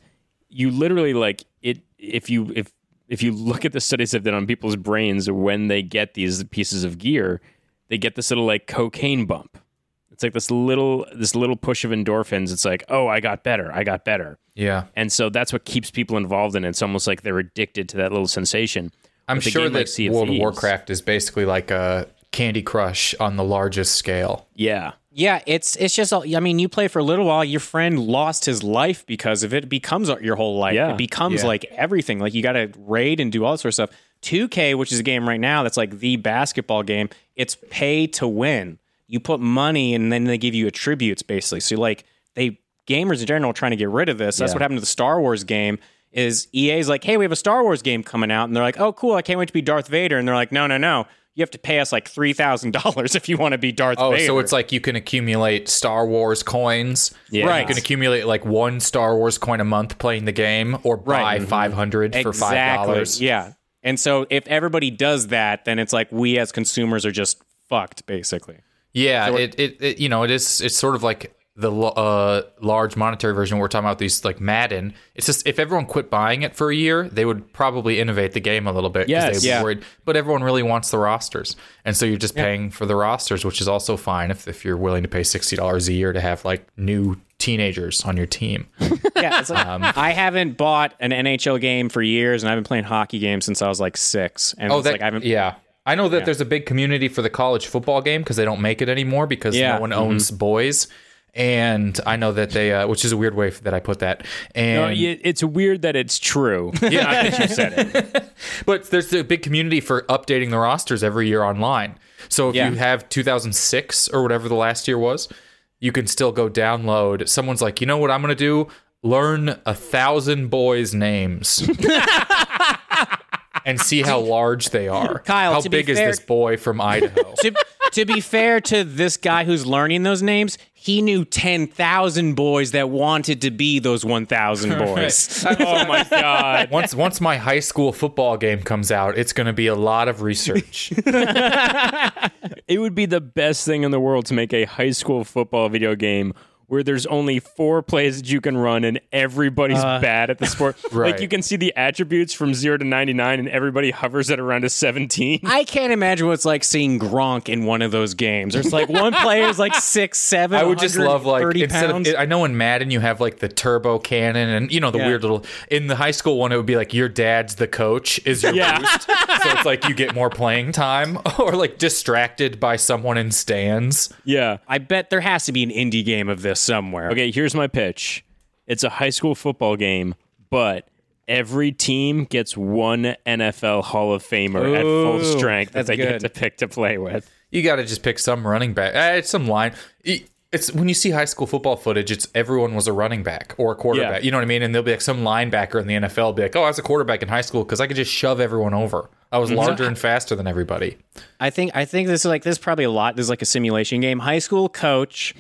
Speaker 2: you literally like it if you if if you look at the studies they've done on people's brains when they get these pieces of gear, they get this little like cocaine bump. It's like this little this little push of endorphins. It's like, oh, I got better, I got better.
Speaker 3: yeah.
Speaker 2: And so that's what keeps people involved in it. It's almost like they're addicted to that little sensation.
Speaker 3: I'm
Speaker 2: With a
Speaker 3: sure
Speaker 2: game
Speaker 3: that
Speaker 2: like Sea of
Speaker 3: World of
Speaker 2: Thieves-
Speaker 3: Warcraft is basically like a Candy Crush on the largest scale.
Speaker 2: Yeah.
Speaker 1: Yeah, it's it's just. all- I mean, you play for a little while. Your friend lost his life because of it. It becomes your whole life.
Speaker 2: Yeah.
Speaker 1: It becomes
Speaker 3: Yeah.
Speaker 1: like everything. Like you got to raid and do all that sort of stuff. 2K, which is a game right now that's like the basketball game. It's pay to win. You put money and then they give you attributes basically. So like they gamers in general are trying to get rid of this. That's what happened to the Star Wars game. is EA's like, hey, we have a Star Wars game coming out, and they're like, oh, cool, I can't wait to be Darth Vader, and they're like, no, no, no, you have to pay us like three thousand dollars if you want to be Darth
Speaker 3: Oh,
Speaker 1: Vader.
Speaker 3: so it's like you can accumulate Star Wars coins.
Speaker 2: Yeah.
Speaker 1: Right.
Speaker 3: You can accumulate like one Star Wars coin a month playing the game or buy
Speaker 1: Right.
Speaker 3: 500 for
Speaker 1: exactly.
Speaker 3: $5.
Speaker 1: Yeah, and so if everybody does that, then it's like we as consumers are just fucked, basically.
Speaker 3: Yeah, it, it, it you know it is it's sort of like the lo- uh, large monetary version we're talking about these like Madden. It's just if everyone quit buying it for a year, they would probably innovate the game a little bit
Speaker 2: Yes.
Speaker 3: they'd be
Speaker 1: Yeah.
Speaker 3: worried. But everyone really wants the rosters, and so you're just paying for the rosters, which is also fine if if you're willing to pay sixty dollars a year to have like new teenagers on your team.
Speaker 1: Yeah, it's like,
Speaker 3: Um,
Speaker 1: I haven't bought an NHL game for years, and I've been playing hockey games since I was like six. And
Speaker 3: Oh,
Speaker 1: it's
Speaker 3: that,
Speaker 1: like I haven't.
Speaker 3: yeah. I know that there's a big community for the college football game because they don't make it anymore because
Speaker 1: Yeah. Mm-hmm.
Speaker 3: no one owns boys. And I know that they, uh, which is a weird way that I put that. And
Speaker 2: No, y- it's weird that it's true. Yeah, that you said it.
Speaker 3: But there's a big community for updating the rosters every year online. So if
Speaker 1: Yeah.
Speaker 3: you have 2006 or whatever the last year was, you can still go download. Someone's like, you know what I'm going to do? Learn a thousand boys' names and see how large they are.
Speaker 1: Kyle,
Speaker 3: how
Speaker 1: to be
Speaker 3: big is
Speaker 1: fair-
Speaker 3: this boy from Idaho?
Speaker 1: to, to be fair to this guy who's learning those names, he knew 10,000 boys that wanted to be those 1,000 boys.
Speaker 2: Oh my god.
Speaker 3: once once my high school football game comes out, it's going to be a lot of research.
Speaker 2: It would be the best thing in the world to make a high school football video game where there's only four plays that you can run and everybody's bad at the sport.
Speaker 3: Right.
Speaker 2: Like you can see the attributes from 0 to 99 and everybody hovers at around a 17.
Speaker 1: I can't imagine what it's like seeing Gronk in one of those games. There's like one player's like six, seven.
Speaker 3: I would just love like
Speaker 1: 130
Speaker 3: instead
Speaker 1: pounds.
Speaker 3: of I know in Madden you have like the turbo cannon and you know the
Speaker 1: Yeah.
Speaker 3: weird little in the high school one it would be like your dad's the coach is your
Speaker 2: Yeah.
Speaker 3: boost so it's like you get more playing time or like distracted by someone in stands
Speaker 2: Yeah.
Speaker 1: I bet there has to be an indie game of this somewhere.
Speaker 2: Okay, here's my pitch. It's a high school football game, but every team gets one NFL Hall of Famer at full
Speaker 1: Ooh,
Speaker 2: strength
Speaker 1: that's
Speaker 2: that they
Speaker 1: good.
Speaker 2: get to pick to play with.
Speaker 3: you got to just pick some running back Eh, it's some line E- it's when you see high school football footage it's everyone was a running back or a quarterback
Speaker 2: Yeah.
Speaker 3: you know what I mean and they'll be like some linebacker in the NFL will be like oh I was a quarterback in high school because I could just shove everyone over I was larger and faster than everybody
Speaker 1: I think I think this is like this is probably a lot. This is like a simulation game. High school coach.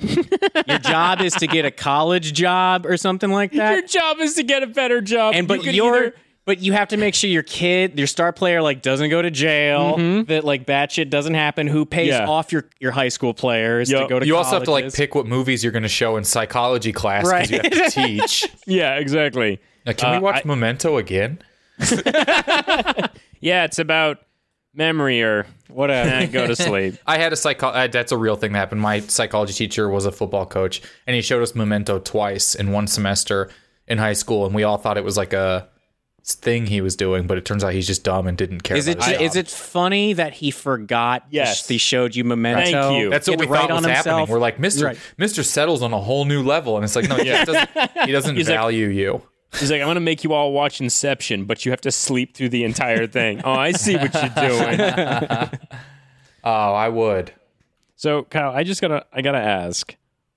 Speaker 1: Your job is to get a college job or something like that.
Speaker 2: Your job is to get a better job.
Speaker 1: and but
Speaker 2: you could
Speaker 1: your
Speaker 2: either-
Speaker 1: but you have to make sure your kid, your star player, like doesn't go to jail. That like bad shit doesn't happen. Who pays
Speaker 2: Mm-hmm. Yeah.
Speaker 1: off your your high school players to
Speaker 2: Yup.
Speaker 1: go to?
Speaker 3: you also have to like
Speaker 1: colleges.
Speaker 3: pick what movies you're going to show in psychology class because you have to teach.
Speaker 2: Yeah, exactly.
Speaker 3: Now, can we watch Memento again?
Speaker 2: Yeah, it's about memory or
Speaker 1: whatever.
Speaker 2: eh, go to sleep.
Speaker 3: I had a psycho. Uh, that's a real thing that happened. My psychology teacher was a football coach, and he showed us Memento twice in one semester in high school, and we all thought it was like a thing he was doing, but it turns out he's just dumb and didn't care.
Speaker 1: Is it
Speaker 3: about his job.
Speaker 1: is it funny that he forgot?
Speaker 2: Yes.
Speaker 1: he showed you memento.
Speaker 2: Thank you.
Speaker 3: That's what
Speaker 1: Get
Speaker 3: we
Speaker 1: right
Speaker 3: thought
Speaker 1: on
Speaker 3: was happening.
Speaker 1: himself.
Speaker 3: We're like, Mister,
Speaker 1: Right.
Speaker 3: Mister settles on a whole new level, and it's like, no, he just doesn't, he doesn't
Speaker 2: like-
Speaker 3: value you.
Speaker 2: He's like, I'm gonna make you all watch Inception, but you have to sleep through the entire thing. Oh, I see what you're doing.
Speaker 3: Oh, I would.
Speaker 2: So, Kyle, I just gotta, I gotta ask,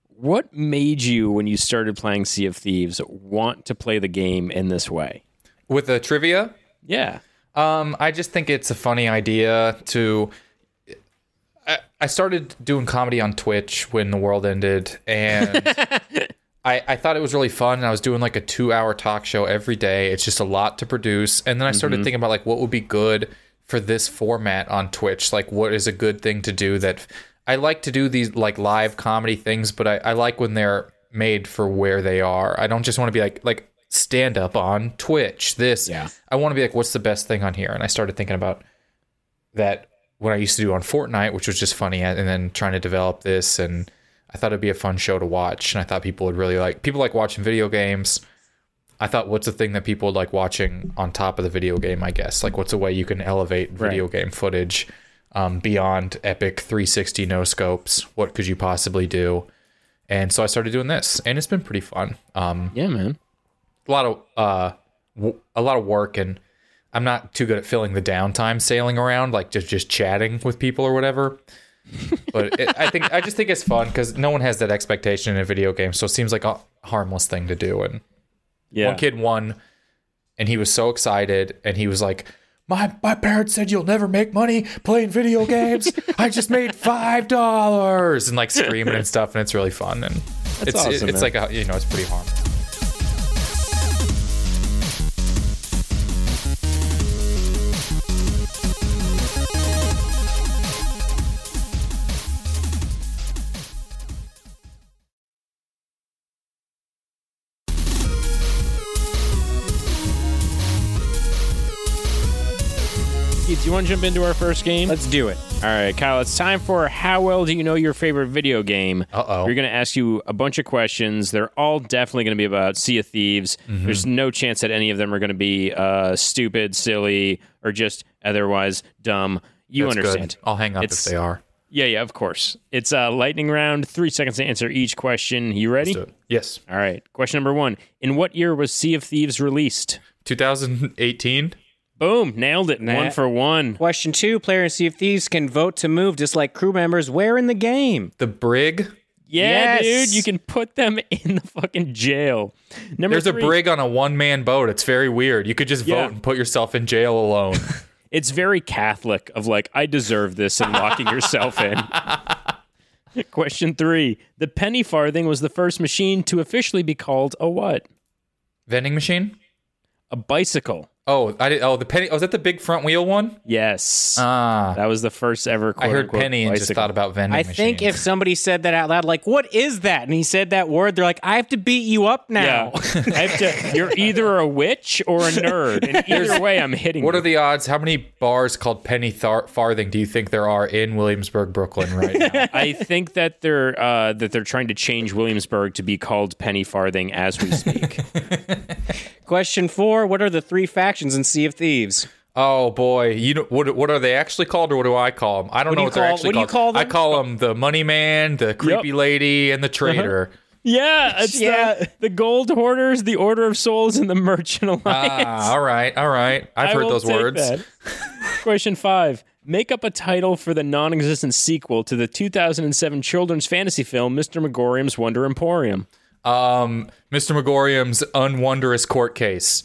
Speaker 2: what made you, when you started playing Sea of Thieves, want to play the game in this way?
Speaker 3: With the trivia,
Speaker 2: Yeah,
Speaker 3: Um, I just think it's a funny idea to. I, I started doing comedy on Twitch when the world ended, and I, I thought it was really fun. And I was doing like a two-hour talk show every day. It's just a lot to produce, and then I started thinking about like what would be good for this format on Twitch. Like, what is a good thing to do that I like to do these like live comedy things, but I, I like when they're made for where they are. I don't just want to be like like stand up on Twitch. This
Speaker 2: Yeah.
Speaker 3: I want to be like, what's the best thing on here? And I started thinking about that when I used to do on Fortnite, which was just funny, and then trying to develop this, and I thought it'd be a fun show to watch, and I thought people would really like people like watching video games. I thought, what's the thing that people would like watching on top of the video game? I guess like, what's a way you can elevate video game footage um, beyond epic 360 no scopes? What could you possibly do? And so I started doing this, and it's been pretty fun. Um,
Speaker 2: yeah, man.
Speaker 3: a lot of uh w- a lot of work and I'm not too good at filling the downtime sailing around like just just chatting with people or whatever. but it, I think I just think it's fun cuz no one has that expectation in a video game so it seems like a harmless thing to do and
Speaker 2: Yeah,
Speaker 3: one kid won and he was so excited and he was like my, my parents said you'll never make money playing video games. I just made five dollars and like screaming and stuff, and it's really fun and it's it-
Speaker 2: awesome, man.
Speaker 3: it's like a, you know it's pretty harmless.
Speaker 2: Keith, do you want to jump into our first game?
Speaker 1: Let's do it.
Speaker 2: All right, Kyle, it's time for how well do you know your favorite video game?
Speaker 3: Uh-oh.
Speaker 2: We're going to ask you a bunch of questions. They're all definitely going to be about Sea of Thieves.
Speaker 3: Mm-hmm.
Speaker 2: There's no chance that any of them are going to be uh, stupid, silly, or just otherwise dumb. You
Speaker 3: That's good.
Speaker 2: understand.
Speaker 3: I'll hang up
Speaker 2: It's-
Speaker 3: if they are.
Speaker 2: Yeah, yeah, of course. It's a lightning round, three seconds to answer each question. You ready?
Speaker 3: Do it. Yes,
Speaker 2: All right. Question number one In what year was Sea of Thieves released?
Speaker 3: 2018.
Speaker 2: Boom, nailed it. One
Speaker 1: Nah.
Speaker 2: for one.
Speaker 1: Question two: Player and Sea of Thieves can vote to move, just like crew members. Where in the game?
Speaker 3: The brig.
Speaker 2: Yeah,
Speaker 1: Yes.
Speaker 2: dude, you can put them in the fucking jail. Number
Speaker 3: There's a
Speaker 2: three,
Speaker 3: brig on a one man boat. It's very weird. You could just
Speaker 2: Yeah.
Speaker 3: vote and put yourself in jail alone.
Speaker 2: It's very Catholic of like, I deserve this and locking yourself in. Question three. The penny farthing was the first machine to officially be called a what?
Speaker 3: Vending machine.
Speaker 2: A bicycle.
Speaker 3: Oh, I did, oh the penny. Oh, is that the big front wheel one?
Speaker 2: Yes.
Speaker 3: Ah,
Speaker 2: that was the first ever
Speaker 3: I heard
Speaker 2: quote-unquote
Speaker 3: penny and just
Speaker 2: bicycle.
Speaker 3: thought about vending
Speaker 1: I
Speaker 3: machine.
Speaker 1: think if somebody said that out loud, like, "What is that?" and he said that word, they're like, "I have to beat you up now."
Speaker 2: Yeah. I have to, you're either a witch or a nerd. And either way, I'm hitting
Speaker 3: What
Speaker 2: you.
Speaker 3: are the odds? How many bars called Penny Thar- Farthing do you think there are in Williamsburg, Brooklyn right now?
Speaker 2: I think that they're uh, that they're trying to change Williamsburg to be called Penny Farthing as we speak.
Speaker 1: Question four: What are the three factions in Sea of Thieves?
Speaker 3: oh boy, you know, what what are they actually called, or what do I call them? I don't
Speaker 1: What do
Speaker 3: know
Speaker 1: you
Speaker 3: what they're
Speaker 1: call-
Speaker 3: actually
Speaker 1: what do you
Speaker 3: called.
Speaker 1: call them? Uh-huh.
Speaker 3: I call them the Money Man, the Creepy Lady, and the Traitor.
Speaker 2: yeah, it's
Speaker 1: Yeah.
Speaker 2: The, the Gold Hoarders, the Order of Souls, and the Merchant Alliance.
Speaker 3: Ah, all right, all right. I've
Speaker 2: I
Speaker 3: heard
Speaker 2: will
Speaker 3: those
Speaker 2: take
Speaker 3: words.
Speaker 2: that. Question five: Make up a title for the non-existent sequel to the 2007 children's fantasy film Mr. Megorium's Wonder Emporium.
Speaker 3: Um, Mr. Megorium's unwondrous court case.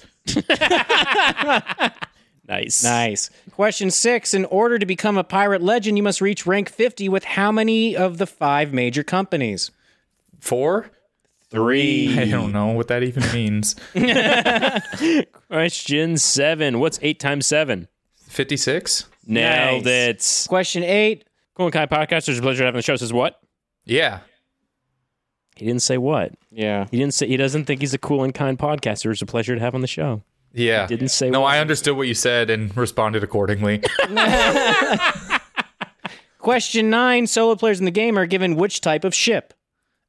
Speaker 2: Nice.
Speaker 1: Nice. Question six: In order to become a pirate legend, you must reach rank fifty with how many of the five major companies?
Speaker 3: Four? I
Speaker 2: Three.
Speaker 3: don't know what that even means.
Speaker 2: Question seven: What's eight times seven?
Speaker 3: Fifty-six.
Speaker 2: Nailed it.
Speaker 1: Question eight:
Speaker 2: Cool and Kai podcast. There's a pleasure having the show. Says what?
Speaker 3: Yeah.
Speaker 2: He didn't say what.
Speaker 1: Yeah.
Speaker 2: He didn't say. He doesn't think he's a cool and kind podcaster. It's a pleasure to have on the show.
Speaker 3: Yeah.
Speaker 2: Didn't say
Speaker 3: No,
Speaker 2: what.
Speaker 3: I understood what you said and responded accordingly.
Speaker 1: Question nine: Solo players in the game are given which type of ship?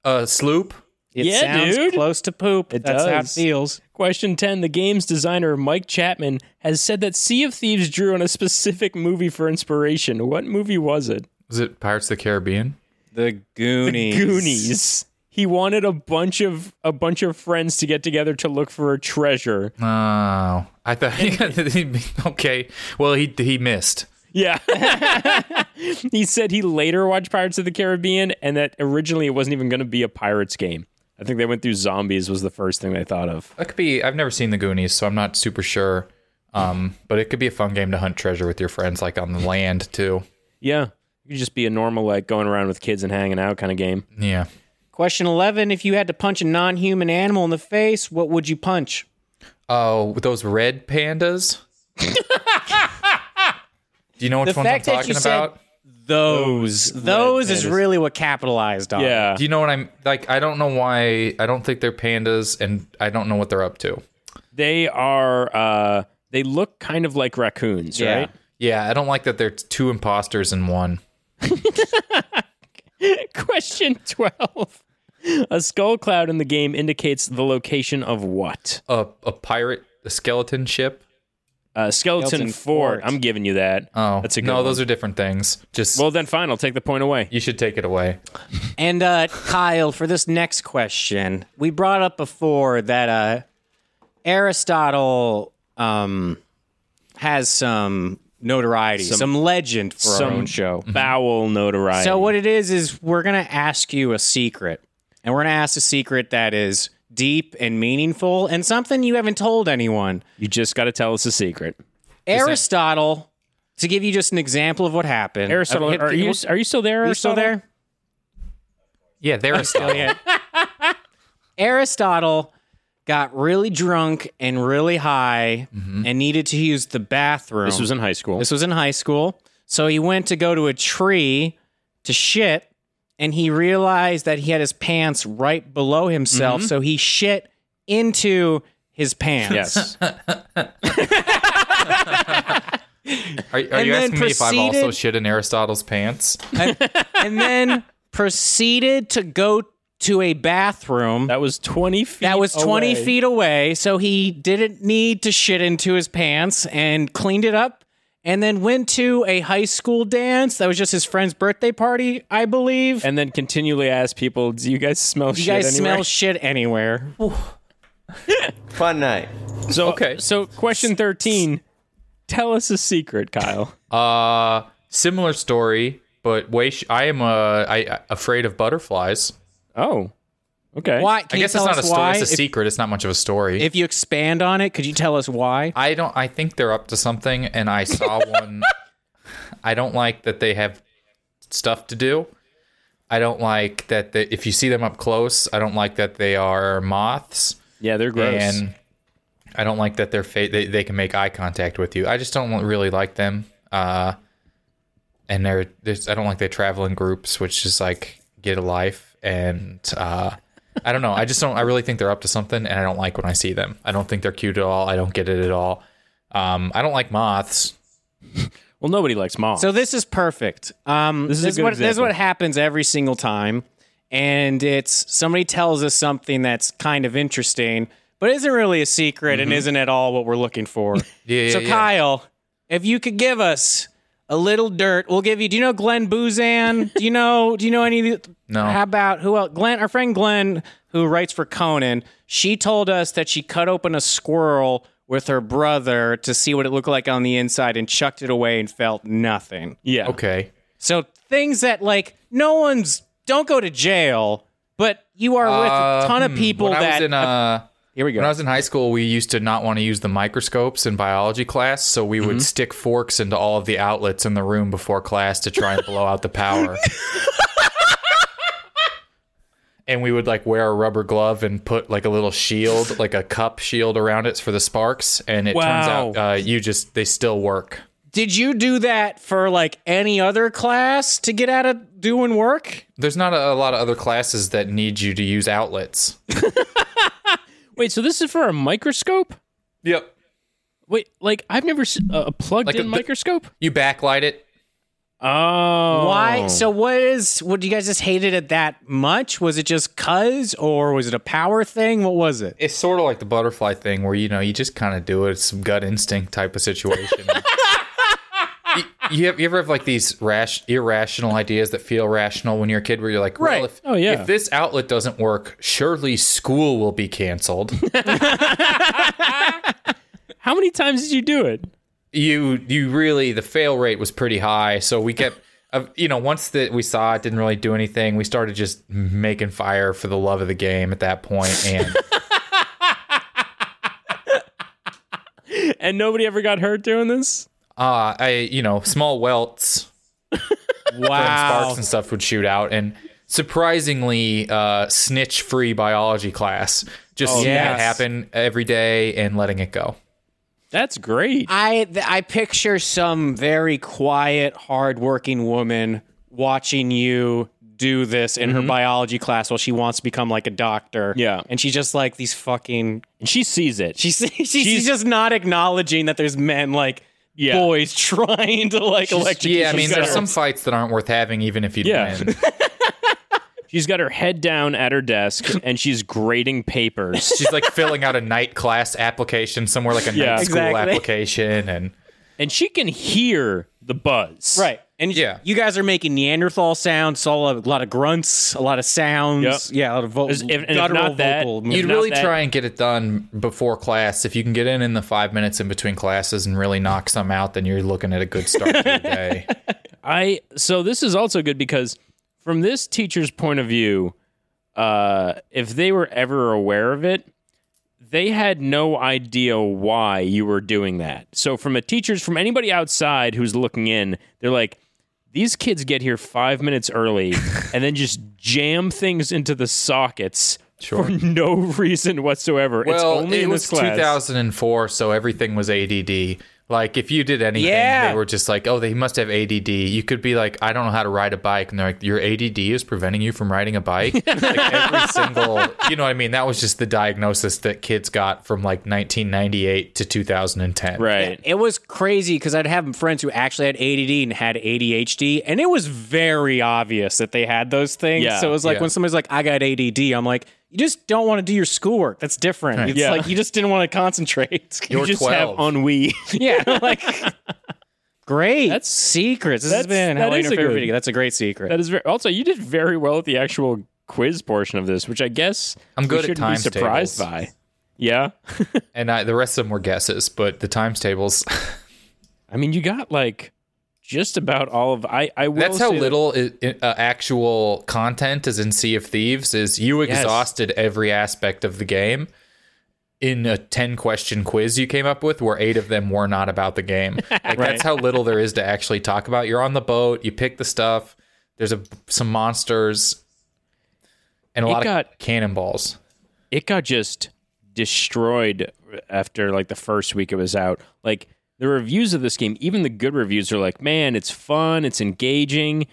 Speaker 3: uh, sloop.
Speaker 1: It
Speaker 2: Yeah,
Speaker 1: sounds
Speaker 2: dude.
Speaker 1: close to poop.
Speaker 2: It
Speaker 1: That's how it
Speaker 2: does.
Speaker 1: feels.
Speaker 2: Question ten: The game's designer Mike Chapman has said that Sea of Thieves drew on a specific movie for inspiration. What movie was it?
Speaker 3: Was it Pirates of the Caribbean?
Speaker 1: The Goonies.
Speaker 2: Goonies. He wanted a bunch of a bunch of friends to get together to look for a treasure.
Speaker 3: Oh, I thought. okay. Well, he he missed.
Speaker 2: Yeah. he said he later watched Pirates of the Caribbean and that originally it wasn't even going to be a pirates game. I think they went through zombies was the first thing they thought of.
Speaker 3: That could be. I've never seen the Goonies, so I'm not super sure. Um, but it could be a fun game to hunt treasure with your friends, like on the land too.
Speaker 2: Yeah. It could just be a normal like going around with kids and hanging out kind of game.
Speaker 3: Yeah.
Speaker 1: Question 11 If you had to punch a non human animal in the face, what would you punch?
Speaker 3: Oh, those red pandas. Do you know which
Speaker 1: The
Speaker 3: ones I'm
Speaker 1: fact that
Speaker 3: talking
Speaker 1: you said-
Speaker 3: about?
Speaker 1: Those. Those is really what capitalized on.
Speaker 2: Yeah.
Speaker 3: Do you know what I'm like? I don't know why. I don't think they're pandas, and I don't know what they're up to.
Speaker 2: They are uh they look kind of like raccoons,
Speaker 1: Yeah.
Speaker 2: right?
Speaker 3: Yeah, I don't like that they're two imposters in one.
Speaker 2: Question 12. A skull cloud in the game indicates the location of what?
Speaker 3: A a pirate, a skeleton ship.
Speaker 2: Uh, skeleton,
Speaker 1: Skeleton Fort.
Speaker 2: fort. I'm giving you that.
Speaker 3: Oh,
Speaker 2: that's a good
Speaker 3: no.
Speaker 2: one.
Speaker 3: Those are different things. Just
Speaker 2: Well, then fine. I'll take the point away.
Speaker 3: you should take it away.
Speaker 1: And uh, Kyle, for this next question, we brought up before that uh, Aristotle um, has some notoriety, some, legend for
Speaker 2: some-
Speaker 1: our own show.
Speaker 2: Bowel notoriety.
Speaker 1: So, what it is, is we're going to ask you a secret. And we're going to ask a secret that is deep and meaningful and something you haven't told anyone.
Speaker 2: You just got to tell us a secret.
Speaker 1: Aristotle, to give you just an example of what happened.
Speaker 2: Aristotle,
Speaker 1: Uh,
Speaker 2: are you are you still there?
Speaker 1: are you still
Speaker 2: Aristotle?
Speaker 1: there?
Speaker 3: Yeah, there is still
Speaker 1: Aristotle got really drunk and really high and needed to use the bathroom.
Speaker 2: Mm-hmm. This was in high school.
Speaker 1: This was in high school. So he went to go to a tree to shit and he realized that he had his pants right below himself.
Speaker 2: Mm-hmm.
Speaker 1: So he shit into his pants.
Speaker 2: yes.
Speaker 3: Are, are you
Speaker 1: then
Speaker 3: asking me if I've also
Speaker 1: proceeded-
Speaker 3: shit in Aristotle's pants?
Speaker 1: and then proceeded to go to a bathroom that,
Speaker 2: that was twenty feet.
Speaker 1: was 20
Speaker 2: away.
Speaker 1: feet away. So he didn't need to shit into his pants and cleaned it up. And then went to a high school dance. That was just his friend's birthday party, I believe.
Speaker 2: and then continually ask people, "Do you guys smell
Speaker 1: you
Speaker 2: shit?"
Speaker 1: guys
Speaker 2: anywhere?"
Speaker 1: smell shit anywhere.
Speaker 4: Fun night.
Speaker 2: So
Speaker 3: Okay.
Speaker 2: So question thirteen. Tell us a secret, Kyle.
Speaker 3: Uh, similar story, but way sh- I am uh, I, afraid of butterflies.
Speaker 2: Oh, okay.
Speaker 1: Why? Can
Speaker 3: I
Speaker 1: you
Speaker 3: guess it's
Speaker 1: tell
Speaker 3: not a
Speaker 1: us
Speaker 3: story.
Speaker 1: why?
Speaker 3: It's a
Speaker 1: if,
Speaker 3: secret. It's not much of a story.
Speaker 1: if you expand on it, could you tell us why?
Speaker 3: I don't. I think they're up to something, and I saw one. I don't like that they have stuff to do. I don't like that they, if you see them up close. I don't like that they are moths,
Speaker 2: Yeah, they're gross.
Speaker 3: and I don't like that they're fa- they they can make eye contact with you. I just don't really like them. Uh, and they're there's I don't like they travel in groups, which is like get a life. And uh, I don't know. I just don't. I really think they're up to something, and I don't like when I see them. I don't think they're cute at all. I don't get it at all. Um, I don't like moths.
Speaker 2: well, nobody likes moths.
Speaker 1: So this is perfect. Um, this
Speaker 2: Oh. is
Speaker 1: is,
Speaker 2: a good
Speaker 1: what this is
Speaker 2: example.
Speaker 1: what happens every single time, and it's somebody tells us something that's kind of interesting, but isn't really a secret and isn't at all what we're looking for.
Speaker 3: Yeah, yeah,
Speaker 1: so
Speaker 3: yeah.
Speaker 1: Kyle, if you could give us a little dirt, we'll give you. Do you know Glenn Buzan? do you know? Do you know any? of the-
Speaker 3: No.
Speaker 1: How about who else? Glenn, our friend Glenn, who writes for Conan. She told us that she cut open a squirrel with her brother to see what it looked like on the inside and chucked it away and felt nothing.
Speaker 2: yeah.
Speaker 3: Okay.
Speaker 1: So things that like no one's don't go to jail, but you are with a ton of
Speaker 3: Um,
Speaker 1: people
Speaker 3: when I
Speaker 1: that
Speaker 3: was in uh,
Speaker 1: here we
Speaker 3: when I
Speaker 1: go.
Speaker 3: was in high school, we used to not want to use the microscopes in biology class, so we would stick forks into all of the outlets in the room before class to try and blow out the power. and we would like wear a rubber glove and put like a little shield, like a cup shield around it for the sparks. And it
Speaker 2: Wow.
Speaker 3: turns out uh, you just they still work.
Speaker 1: Did you do that for like any other class to get out of doing work?
Speaker 3: There's not a, a lot of other classes that need you to use outlets.
Speaker 2: Wait, so this is for a microscope?
Speaker 3: Yep.
Speaker 2: Wait, like I've never s- uh, a plugged-in
Speaker 3: a- the-
Speaker 2: microscope.
Speaker 3: You backlight it.
Speaker 2: Oh,
Speaker 1: Why? So what is? What do you guys just hate it at that much? Was it just cuz, or was it a power thing? What was it?
Speaker 3: It's sort of like the butterfly thing where you know you just kind of do it. It's some gut instinct type of situation. you, you, have, you ever have like these rash, irrational ideas that feel rational when you're a kid, where you're like, well,
Speaker 1: Right.
Speaker 3: If,
Speaker 2: Oh, yeah.
Speaker 3: if this outlet doesn't work, surely school will be canceled.
Speaker 2: how many times did you do it?
Speaker 3: you you really the fail rate was pretty high, so we kept. Uh, you know, once that we saw it didn't really do anything, we started just making fire for the love of the game at that point, and
Speaker 2: And nobody ever got hurt doing this.
Speaker 3: uh, I, you know, small welts and
Speaker 1: Wow.
Speaker 3: sparks and stuff would shoot out and surprisingly uh, snitch free biology class
Speaker 2: Oh,
Speaker 3: just seeing
Speaker 1: yes.
Speaker 3: that happen every day and letting it go
Speaker 2: That's great.
Speaker 1: I th- I picture some very quiet, hardworking woman watching you do this in her biology class while she wants to become like a doctor.
Speaker 2: Yeah.
Speaker 1: and she's just like these fucking.
Speaker 2: And she sees it.
Speaker 1: She's she's, she's just not acknowledging that there's men like
Speaker 2: Yeah.
Speaker 1: boys trying to like electrocute.
Speaker 3: yeah i mean there's
Speaker 1: themselves.
Speaker 3: some fights that aren't worth having even if you
Speaker 2: Yeah.
Speaker 3: win
Speaker 2: she's got her head down at her desk and she's grading papers.
Speaker 3: she's like filling out a night class application somewhere like a
Speaker 2: Yeah.
Speaker 3: night school
Speaker 1: Exactly.
Speaker 3: application and
Speaker 2: and she can hear the buzz.
Speaker 1: Right. And
Speaker 3: Yeah.
Speaker 1: you guys are making Neanderthal sounds, so a lot of grunts, a lot of sounds.
Speaker 2: Yep.
Speaker 1: Yeah, a lot of vo-
Speaker 2: Is- if- and if
Speaker 1: guttural
Speaker 2: not that,
Speaker 1: vocal.
Speaker 2: If
Speaker 3: you'd
Speaker 2: not
Speaker 3: really
Speaker 2: that-
Speaker 3: try and get it done before class if you can get in in the five minutes in between classes and really knock some out then you're looking at a good start to your day
Speaker 2: I so this is also good because from this teacher's point of view, uh, if they were ever aware of it, they had no idea why you were doing that. So, from a teacher's, from anybody outside who's looking in, they're like, these kids get here five minutes early and then just jam things into the sockets for no reason whatsoever. it's
Speaker 3: Well,
Speaker 2: only
Speaker 3: it
Speaker 2: in
Speaker 3: was
Speaker 2: this class.
Speaker 3: 2004, so everything was ADD. Like if you did anything,
Speaker 2: Yeah.
Speaker 3: they were just like, "Oh, they must have ADD." You could be like, "I don't know how to ride a bike," and they're like, "Your ADD is preventing you from riding a bike." like every single, you know what I mean? That was just the diagnosis that kids got from like 1998 to 2010.
Speaker 2: Right.
Speaker 1: It was crazy because I'd have friends who actually had ADD and had ADHD, and it was very obvious that they had those things.
Speaker 2: Yeah.
Speaker 1: so it was like
Speaker 3: Yeah.
Speaker 1: when somebody's like, "I got ADD," I'm like, "You just don't want to do your schoolwork. That's different. It's
Speaker 2: Yeah.
Speaker 1: like you just didn't want to concentrate."
Speaker 3: You're
Speaker 2: just
Speaker 3: 12.
Speaker 2: have ennui.
Speaker 1: yeah, I'm like great.
Speaker 2: That's-
Speaker 1: That's secrets. This has
Speaker 2: that's-
Speaker 1: been
Speaker 2: that
Speaker 1: how I
Speaker 2: is a
Speaker 1: interfere
Speaker 2: good-
Speaker 1: video. That's a great secret.
Speaker 2: That is very. Also, you did very well at the actual quiz portion of this, which I guess
Speaker 3: I'm good
Speaker 2: we
Speaker 3: at
Speaker 2: shouldn't
Speaker 3: times
Speaker 2: be surprised
Speaker 3: tables.
Speaker 2: by. Yeah,
Speaker 3: And I, the rest of them were guesses, but the times tables.
Speaker 2: I mean, you got like just about all of. I I will.
Speaker 3: That's how
Speaker 2: say that-
Speaker 3: little i i- uh, actual content is in Sea of Thieves. Is you exhausted every aspect of the game in a ten question quiz you came up with, where eight of them were not about the game. Like that's how little there is to actually talk about. You're on the boat, you pick the stuff. There's a some monsters, and a
Speaker 2: It
Speaker 3: lot
Speaker 2: got-
Speaker 3: of cannonballs.
Speaker 2: it got just destroyed after like the first week it was out. Like the reviews of this game, even the good reviews are like, man, it's fun, it's engaging.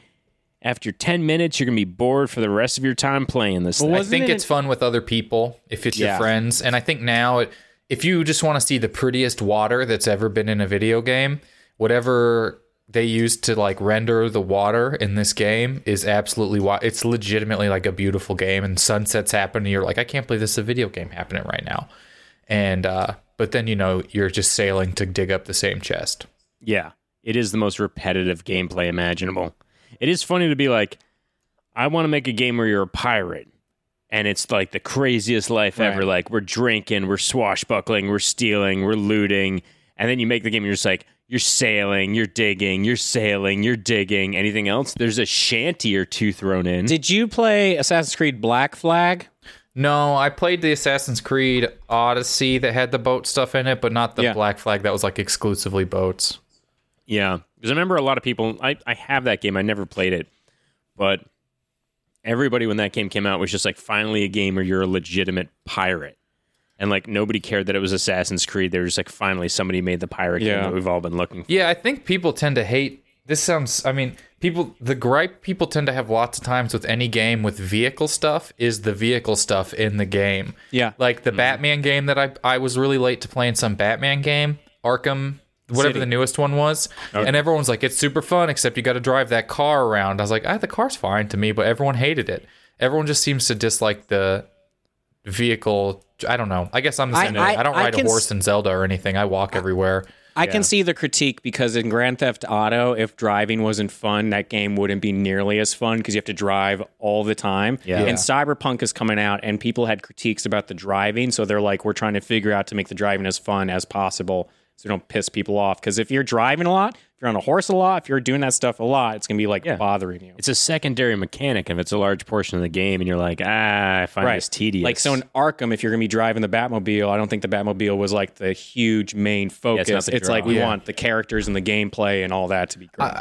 Speaker 2: After ten minutes, you're gonna be bored for the rest of your time playing this. thing.
Speaker 3: I think it's fun with other people if it's
Speaker 2: Yeah.
Speaker 3: your friends. And I think now, it, if you just want to see the prettiest water that's ever been in a video game, whatever they use to like render the water in this game is absolutely wa- it's legitimately like a beautiful game and sunsets happen and you're like i can't believe this is a video game happening right now and uh but then you know you're just sailing to dig up the same chest
Speaker 2: Yeah, it is the most repetitive gameplay imaginable. It is funny to be like, I want to make a game where you're a pirate, and it's like the craziest life ever. Like we're drinking, we're swashbuckling, we're stealing, we're looting, and then you make the game. And you're just like you're sailing, you're digging, you're sailing, you're digging. Anything else? There's a shanty or two thrown in.
Speaker 1: Did you play Assassin's Creed Black Flag?
Speaker 3: No, I played the Assassin's Creed Odyssey that had the boat stuff in it, but not the
Speaker 1: Yeah.
Speaker 3: Black Flag that was like exclusively boats.
Speaker 2: Yeah, because I remember a lot of people. I, I have that game. I never played it, but everybody when that game came out was just like, finally a game where you're a legitimate pirate, and like nobody cared that it was Assassin's Creed. They were just like, finally somebody made the pirate game
Speaker 1: Yeah.
Speaker 2: that we've all been looking for.
Speaker 3: Yeah, I think people tend to hate. This sounds. I mean, people. The gripe people tend to have lots of times with any game with vehicle stuff is the vehicle stuff in the game.
Speaker 1: Yeah.
Speaker 3: like the Batman game that I I was really late to playing some Batman game Arkham. Whatever the newest one was, and everyone's like, "It's super fun," except you got to drive that car around. I was like, "Ah, the car's fine to me," but everyone hated it. Everyone just seems to dislike the vehicle. I don't know. I guess I'm the
Speaker 1: I-
Speaker 3: same. way.
Speaker 1: I-
Speaker 3: I, don't
Speaker 1: I
Speaker 3: ride a
Speaker 1: can s-
Speaker 3: horse in Zelda or anything. I walk everywhere.
Speaker 1: I can see the critique because in Grand Theft Auto, if driving wasn't fun, that game wouldn't be nearly as fun because you have to drive all the time.
Speaker 2: Yeah.
Speaker 3: Yeah.
Speaker 1: And Cyberpunk is coming out, and people had critiques about the driving. So they're like, we're trying to figure out to make the driving as fun as possible so we don't piss people off. Because if you're driving a lot, if you're on a horse a lot, if you're doing that stuff a lot, it's going to be like bothering you.
Speaker 2: It's a secondary mechanic if it's a large portion of the game, and you're like, ah, I find
Speaker 1: Right.
Speaker 2: this tedious.
Speaker 1: Like, so in Arkham, if you're going to be driving the Batmobile, I don't think the Batmobile was like the huge main focus.
Speaker 2: not
Speaker 1: it's
Speaker 2: the draw.
Speaker 1: like we
Speaker 2: Yeah.
Speaker 1: want the characters and the gameplay and all that to be great.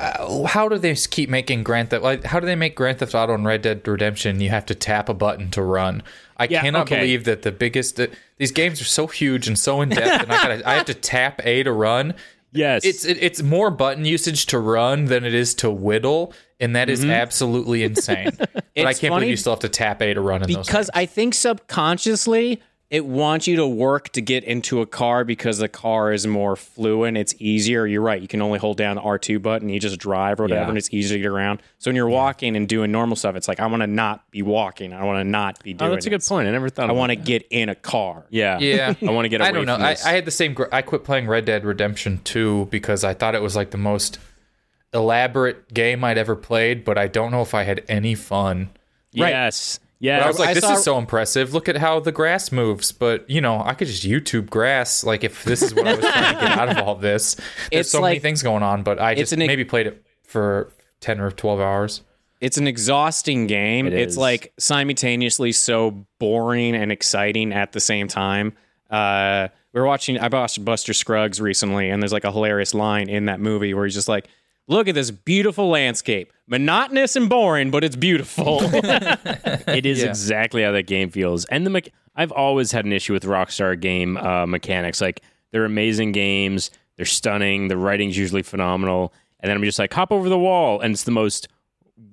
Speaker 3: how do they keep making Grand Theft? Like, how do they make Grand Theft Auto and Red Dead Redemption? You have to tap a button to run. I cannot
Speaker 2: okay.
Speaker 3: believe that the biggest that these games are so huge and so in depth, and I, gotta, I have to tap A to run.
Speaker 2: yes,
Speaker 3: It's it, it's more button usage to run than it is to whittle, and that is absolutely insane. but I
Speaker 1: It's
Speaker 3: can't
Speaker 1: funny
Speaker 3: believe you still have to tap A to run in those.
Speaker 1: because I think subconsciously it wants you to work to get into a car because the car is more fluent. It's easier. You're right. You can only hold down the R2 button. You just drive or whatever,
Speaker 2: Yeah.
Speaker 1: and it's easier to get around. So when you're walking and doing normal stuff, it's like I want to not be walking. I want to not be doing.
Speaker 2: oh, that's a
Speaker 1: it.
Speaker 2: good point. I never thought.
Speaker 1: I want to get in a car.
Speaker 2: Yeah,
Speaker 3: Yeah,
Speaker 2: I want to get. Away
Speaker 3: I don't know.
Speaker 2: From
Speaker 3: I,
Speaker 2: this.
Speaker 3: I had the same. Gr- I quit playing Red Dead Redemption 2 because I thought it was like the most elaborate game I'd ever played, but I don't know if I had any fun.
Speaker 1: Right.
Speaker 2: Yes. Yeah.
Speaker 3: But I was like,
Speaker 1: I
Speaker 3: this
Speaker 1: saw-
Speaker 3: is so impressive. Look at how the grass moves. But you know, I could just YouTube grass. Like if this is what I was trying to get out of all this, there's
Speaker 1: It's
Speaker 3: so many
Speaker 1: like-
Speaker 3: things going on. But I just
Speaker 1: an-
Speaker 3: maybe played it for ten or twelve hours.
Speaker 1: it's an exhausting game.
Speaker 2: It
Speaker 1: it's
Speaker 2: is.
Speaker 1: like simultaneously so boring and exciting at the same time. Uh, we were watching. I watched Buster Scruggs recently, and there's like a hilarious line in that movie where he's just like, "Look at this beautiful landscape, monotonous and boring, but it's beautiful."
Speaker 2: it is
Speaker 3: Yeah.
Speaker 2: exactly how that game feels. And the mech- I've always had an issue with Rockstar game uh, mechanics. Like they're amazing games, they're stunning, the writing's usually phenomenal, and then I'm just like hop over the wall, and it's the most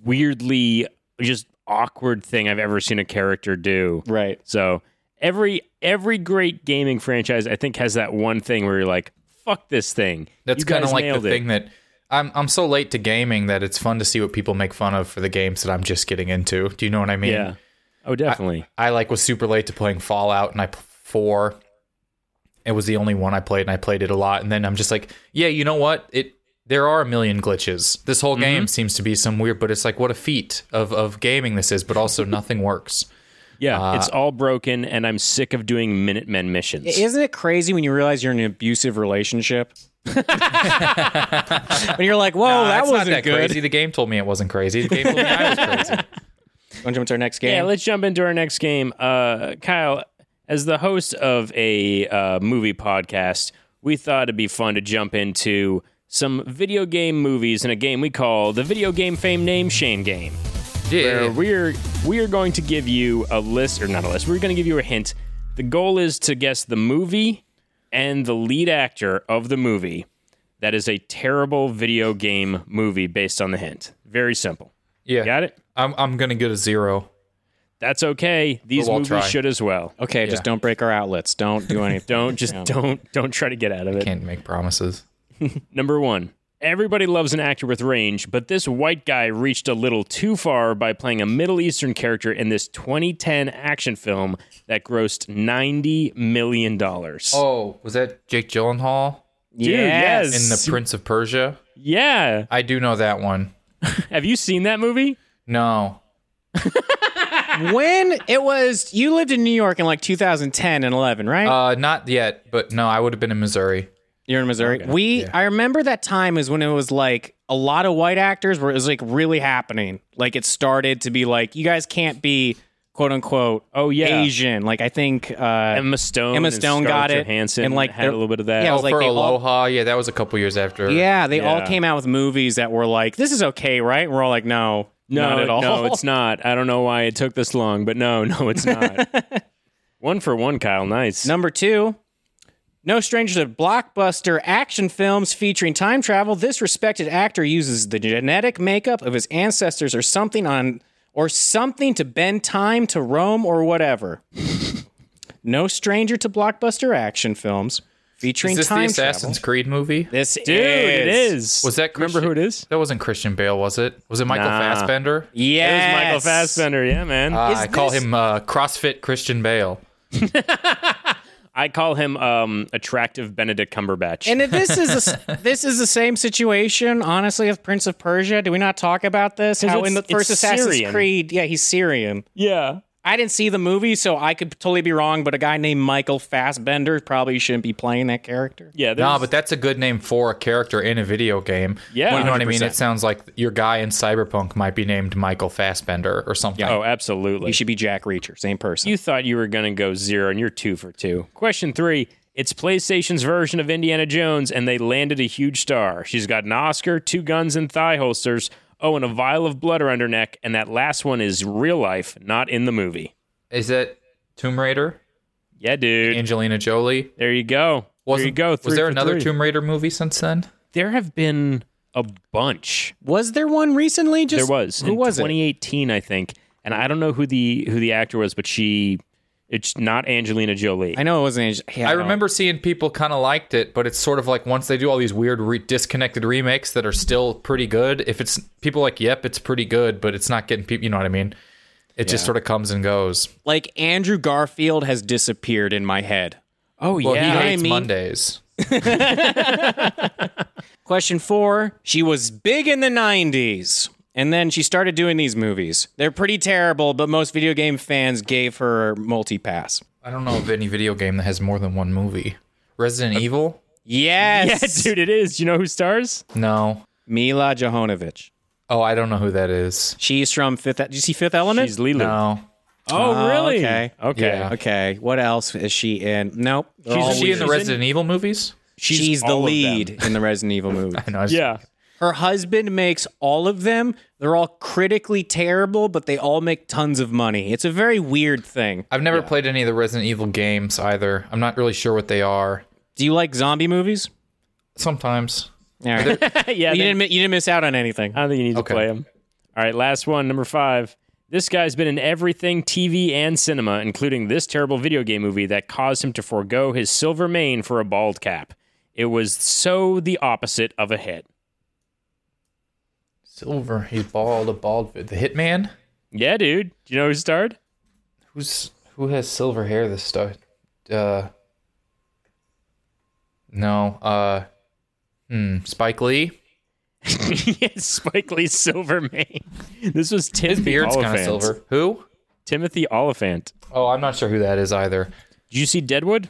Speaker 2: weirdly just awkward thing I've ever seen a character do.
Speaker 1: right.
Speaker 2: So every every great gaming franchise I think has that one thing where you're like fuck this thing.
Speaker 3: That's
Speaker 2: You
Speaker 3: kind of
Speaker 2: guys
Speaker 3: like the
Speaker 2: nailed it.
Speaker 3: thing that I'm I'm so late to gaming that it's fun to see what people make fun of for the games that I'm just getting into. Do you know what I mean?
Speaker 2: Yeah. Oh, definitely.
Speaker 3: I like was super late to playing Fallout and I pl- 4 it was the only one I played and I played it a lot and then I'm just like, yeah, you know what? It there are a million glitches. This
Speaker 2: Mm-hmm.
Speaker 3: whole game seems to be some weird, but it's like what a feat of of gaming this is, but also nothing works.
Speaker 2: yeah,
Speaker 3: Ah.
Speaker 2: it's all broken, and I'm sick of doing Minutemen missions.
Speaker 1: Isn't it crazy when you realize you're in an abusive relationship? and you're like,
Speaker 2: Oh,
Speaker 1: "Whoa, that
Speaker 3: That's
Speaker 1: wasn't
Speaker 3: not that
Speaker 1: good."
Speaker 3: crazy. The game told me it wasn't crazy. The game told me I was crazy.
Speaker 1: Want to jump into our next game?
Speaker 2: Yeah, let's jump into our next game. Uh, Kyle, as the host of a uh, movie podcast, we thought it'd be fun to jump into some video game movies in a game we call the Video Game Fame Name Shame Game. Where
Speaker 3: Yeah.
Speaker 2: we're we are going to give you a list, or not a list. We're going to give you a hint. The goal is to guess the movie and the lead actor of the movie. That is a terrible video game movie based on the hint. Very simple.
Speaker 3: yeah.
Speaker 2: Got it?
Speaker 3: I'm I'm going to get a 0.
Speaker 2: That's okay. These
Speaker 3: But we'll
Speaker 2: movies
Speaker 3: try.
Speaker 2: should as well.
Speaker 1: Okay, just don't break our outlets. Don't do anything.
Speaker 2: Don't just don't don't try to get out of it.
Speaker 3: Can't make promises.
Speaker 2: Number one. Everybody loves an actor with range, but this white guy reached a little too far by playing a Middle Eastern character in this 2010 action film that grossed 90 million dollars.
Speaker 3: Oh, was that Jake Gyllenhaal
Speaker 2: yes.
Speaker 3: in The Prince of Persia?
Speaker 2: yeah.
Speaker 3: I do know that one.
Speaker 2: Have you seen that movie?
Speaker 3: No.
Speaker 1: when it was you lived in New York in like 2010 and 11, right?
Speaker 3: Uh, not yet, but no, I would have been in Missouri.
Speaker 1: You're in Missouri. We I remember that time is when it was like a lot of white actors where it was like really happening. Like it started to be like you guys can't be quote unquote
Speaker 2: Oh, yeah.
Speaker 1: Asian. Like I think uh
Speaker 2: Emma Stone.
Speaker 1: Emma
Speaker 2: and
Speaker 1: Stone got it,
Speaker 2: Scarlett Johansson
Speaker 1: and, like,
Speaker 2: had a
Speaker 1: they're-
Speaker 2: little bit of that.
Speaker 1: Yeah, I
Speaker 3: Oh,
Speaker 1: was like,
Speaker 3: for
Speaker 1: they all-
Speaker 3: Aloha, yeah, that was a couple years after.
Speaker 1: yeah, they all
Speaker 2: Yeah.
Speaker 1: came out with movies that were like this is okay, right? And we're all like no,
Speaker 2: No,
Speaker 1: not at all.
Speaker 2: No, it's not. I don't know why it took this long, but no, no, it's not. one for one, Kyle. Nice.
Speaker 1: Number two, no stranger to blockbuster action films featuring time travel. This respected actor uses the genetic makeup of his ancestors or something on or something to bend time to Rome or whatever. no stranger to blockbuster action films featuring
Speaker 3: Is this the
Speaker 1: time
Speaker 3: Assassin's
Speaker 1: travel.
Speaker 3: Creed movie?
Speaker 1: This
Speaker 2: Dude, it is.
Speaker 3: Was that
Speaker 2: Remember who it is?
Speaker 3: That wasn't Christian Bale, was it? Was it Michael
Speaker 2: Nah.
Speaker 3: Fassbender?
Speaker 1: Yes.
Speaker 2: It was Michael Fassbender. Yeah, man.
Speaker 3: Uh, I
Speaker 1: Is
Speaker 3: call
Speaker 1: this-
Speaker 3: him uh, CrossFit Christian Bale.
Speaker 2: I call him um, attractive Benedict Cumberbatch.
Speaker 1: And if this is a s this is the same situation, honestly, with Prince of Persia. Do we not talk about this? How in the
Speaker 2: it's-
Speaker 1: first
Speaker 2: it's
Speaker 1: Assassin's
Speaker 2: Syrian.
Speaker 1: Creed, yeah, he's Syrian.
Speaker 2: yeah.
Speaker 1: I didn't see the movie, so I could totally be wrong, but a guy named Michael Fassbender probably shouldn't be playing that character.
Speaker 2: Yeah.
Speaker 3: No,
Speaker 2: there's-
Speaker 3: but that's a good name for a character in a video game.
Speaker 2: Yeah,
Speaker 3: you know what I mean.
Speaker 2: 100%.
Speaker 3: It sounds like your guy in Cyberpunk might be named Michael Fassbender or something.
Speaker 2: oh, absolutely.
Speaker 1: He should be Jack Reacher, same person.
Speaker 2: you thought you were going to go zero, and you're two for two. Question three. It's PlayStation's version of Indiana Jones, and they landed a huge star. She's got an Oscar, two guns, and thigh holsters. Oh, and a vial of blood around her neck. And that last one is real life, not in the movie.
Speaker 3: Is that Tomb Raider?
Speaker 2: Yeah, dude.
Speaker 3: Angelina Jolie.
Speaker 2: there you go. there you
Speaker 3: Wasn't-
Speaker 2: go.
Speaker 3: Was
Speaker 2: three
Speaker 3: there
Speaker 2: for
Speaker 3: another
Speaker 2: three.
Speaker 3: Tomb Raider movie since then?
Speaker 2: There have been a bunch.
Speaker 1: was there one recently? Just
Speaker 2: There was.
Speaker 1: Who
Speaker 2: in
Speaker 1: was
Speaker 2: 2018, I think. And I don't know who the who the actor was, but she it's not Angelina Jolie.
Speaker 1: it? I know it wasn't. Ange- yeah,
Speaker 3: I
Speaker 1: don't-
Speaker 3: remember seeing people kind of liked it, but it's sort of like once they do all these weird re- disconnected remakes that are still pretty good. If it's people like, yep, it's pretty good, but it's not getting people. You know what I mean? It just sort of comes and goes.
Speaker 1: Like, Andrew Garfield has disappeared in my head.
Speaker 2: oh
Speaker 1: know
Speaker 3: Well, he
Speaker 1: what I
Speaker 3: hates
Speaker 1: mean?
Speaker 3: Mondays.
Speaker 1: Question four She was big in the 90s, and then she started doing these movies. They're pretty terrible, but most video game fans gave her multi pass.
Speaker 3: I don't know of any video game that has more than one movie. Resident Evil?
Speaker 1: Yes.
Speaker 2: dude, it is. You know who stars?
Speaker 3: No.
Speaker 1: Mila Jovanovich.
Speaker 3: Oh, I don't know who that is.
Speaker 1: She's from Fifth. E-, Did you see Fifth Element?
Speaker 2: She's Lulu.
Speaker 3: No.
Speaker 2: Oh,
Speaker 1: Oh,
Speaker 2: really?
Speaker 1: okay.
Speaker 2: Okay.
Speaker 3: Yeah.
Speaker 1: Okay. What else is she in? Nope. They're
Speaker 2: She's-
Speaker 1: all
Speaker 3: Is she
Speaker 1: weird.
Speaker 3: in
Speaker 2: She's
Speaker 3: the
Speaker 2: in-
Speaker 3: Resident Evil movies?
Speaker 1: She's, the
Speaker 2: all of them.
Speaker 1: lead in the Resident Evil movie.
Speaker 3: I know. I was-
Speaker 2: Yeah.
Speaker 1: Her husband makes all of them. They're all critically terrible, but they all make tons of money. It's a very weird thing.
Speaker 3: I've never played any of the Resident Evil games either. I'm not really sure what they are.
Speaker 1: Do you like zombie movies?
Speaker 3: Sometimes.
Speaker 1: All right.
Speaker 2: yeah.
Speaker 1: you
Speaker 2: then-
Speaker 1: didn't. mi- You didn't miss out on anything.
Speaker 2: I don't think you need
Speaker 3: Okay.
Speaker 2: to play him. All right, last one, number five. This guy's been in everything TV and cinema, including this terrible video game movie that caused him to forego his silver mane for a bald cap. It was so the opposite of a hit.
Speaker 3: Silver. He's bald. A bald. The Hitman.
Speaker 2: Yeah, dude. Do you know who starred?
Speaker 3: Who's who has silver hair? This stuff. Uh. No. Uh. Hmm. Spike Lee.
Speaker 2: yes, Spike Lee's silver mane. This was Timothy
Speaker 3: Beard's kind
Speaker 2: Oliphant.
Speaker 3: of silver. Who?
Speaker 2: Timothy Oliphant.
Speaker 3: Oh, I'm not sure who that is either.
Speaker 2: Did you see Deadwood?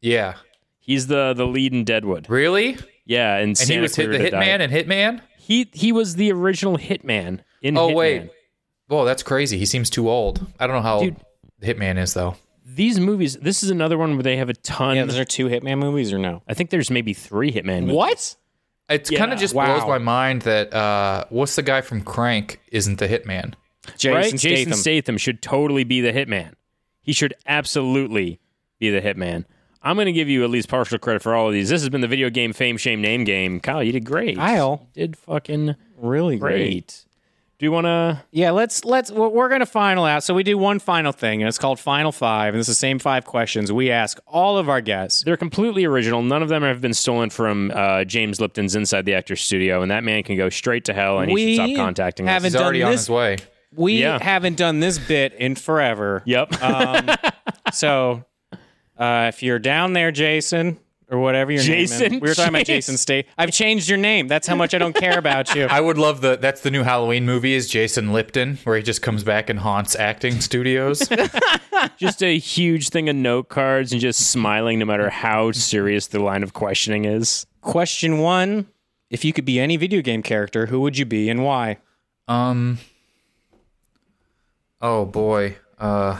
Speaker 3: Yeah.
Speaker 2: He's the the lead in Deadwood.
Speaker 3: Really?
Speaker 2: Yeah, and,
Speaker 3: And he was hit, the Hitman and Hitman.
Speaker 2: He he was the original Hitman in
Speaker 3: Oh
Speaker 2: Hitman.
Speaker 3: wait. Whoa, that's crazy. He seems too old. I don't know how
Speaker 2: Dude.
Speaker 3: old Hitman is though.
Speaker 2: these movies this is another one where they have a ton
Speaker 1: Yeah, those are two Hitman movies or no?
Speaker 2: i think there's maybe three hitman movies.
Speaker 1: What?
Speaker 3: It kind of just
Speaker 1: wow.
Speaker 3: blows my mind that uh, what's the guy from Crank isn't the Hitman?
Speaker 1: Jason
Speaker 2: right
Speaker 1: Statham.
Speaker 2: jason statham should totally be the hitman he should absolutely be the hitman i'm going to give you at least partial credit for all of these this has been the video game fame shame name game kyle you did great
Speaker 1: Kyle.
Speaker 2: You did fucking
Speaker 1: really
Speaker 2: great, do you want to
Speaker 1: Yeah, let's let's we're we're gonna final out. So we do one final thing, and it's called Final Five, and it's the same five questions we ask all of our guests.
Speaker 2: they're completely original none of them have been stolen from uh, james lipton's inside the actor's studio and that man can go straight to hell and he
Speaker 1: We
Speaker 2: should stop contacting us
Speaker 1: haven't-
Speaker 3: He's already
Speaker 1: done
Speaker 3: on
Speaker 1: this-
Speaker 3: his way.
Speaker 1: We
Speaker 2: Yeah.
Speaker 1: haven't done this bit in forever.
Speaker 2: yep
Speaker 3: Uh,
Speaker 1: So uh, if you're down there, Jason, or whatever your name
Speaker 2: Jason?
Speaker 1: is. We were talking about
Speaker 2: Jeez.
Speaker 1: Jason State. I've changed your name. That's how much I don't care about you.
Speaker 3: I would love the that's the new Halloween movie is Jason Lipton where he just comes back and haunts acting studios.
Speaker 2: just a huge thing of note cards and just smiling no matter how serious the line of questioning is.
Speaker 1: Question one. If you could be any video game character, who would you be and why?
Speaker 3: um Oh boy. Uh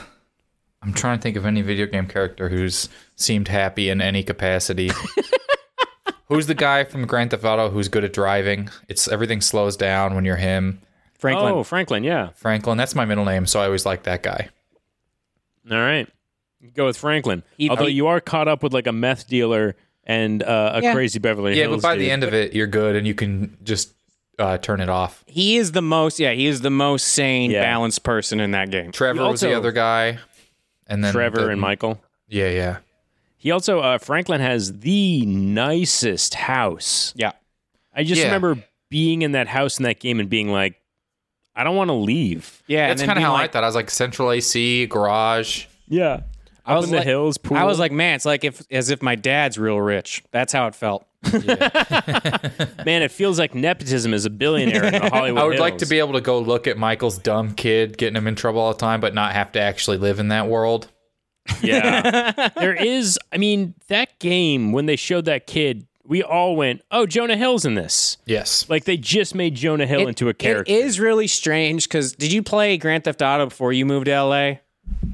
Speaker 3: I'm trying to think of any video game character who's seemed happy in any capacity. who's the guy from Grand Theft Auto who's good at driving? It's everything slows down when you're him.
Speaker 1: Franklin.
Speaker 2: Oh, Franklin, yeah.
Speaker 3: Franklin, that's my middle name, so I always like that guy.
Speaker 2: All right. Go with Franklin. Although you are caught up with like a meth dealer and uh, a
Speaker 1: Yeah.
Speaker 2: crazy Beverly
Speaker 3: Yeah,
Speaker 2: Hills.
Speaker 3: but by
Speaker 2: dude.
Speaker 3: the end of it, you're good and you can just uh, turn it off.
Speaker 1: He is the most yeah, he is the most sane,
Speaker 2: Yeah.
Speaker 1: balanced person in that game.
Speaker 3: Trevor was the
Speaker 2: also-
Speaker 3: other guy, and then
Speaker 2: Trevor
Speaker 3: the-
Speaker 2: and Michael.
Speaker 3: yeah, yeah.
Speaker 2: He also, uh, Franklin has the nicest house.
Speaker 1: Yeah.
Speaker 2: I just
Speaker 3: Yeah.
Speaker 2: remember being in that house in that game and being like, I don't want to leave.
Speaker 1: Yeah. and
Speaker 3: That's
Speaker 1: then
Speaker 3: kind of
Speaker 1: being
Speaker 3: how
Speaker 1: like,
Speaker 3: I thought. I was like central AC garage.
Speaker 2: Yeah. I
Speaker 1: was
Speaker 2: was in the
Speaker 1: like-
Speaker 2: hills pool.
Speaker 1: I was like, man, it's like if as if my dad's real rich. That's how it felt.
Speaker 2: man, it feels like nepotism is a billionaire in the Hollywood
Speaker 3: I would like to
Speaker 2: Hills.
Speaker 3: be able to go look at Michael's dumb kid getting him in trouble all the time, but not have to actually live in that world.
Speaker 2: Yeah. there is, I mean, that game, when they showed that kid, we all went, oh, Jonah Hill's in this.
Speaker 3: Yes.
Speaker 2: Like they just made Jonah Hill into a character.
Speaker 1: It is really strange because did you play Grand Theft Auto before you moved to LA?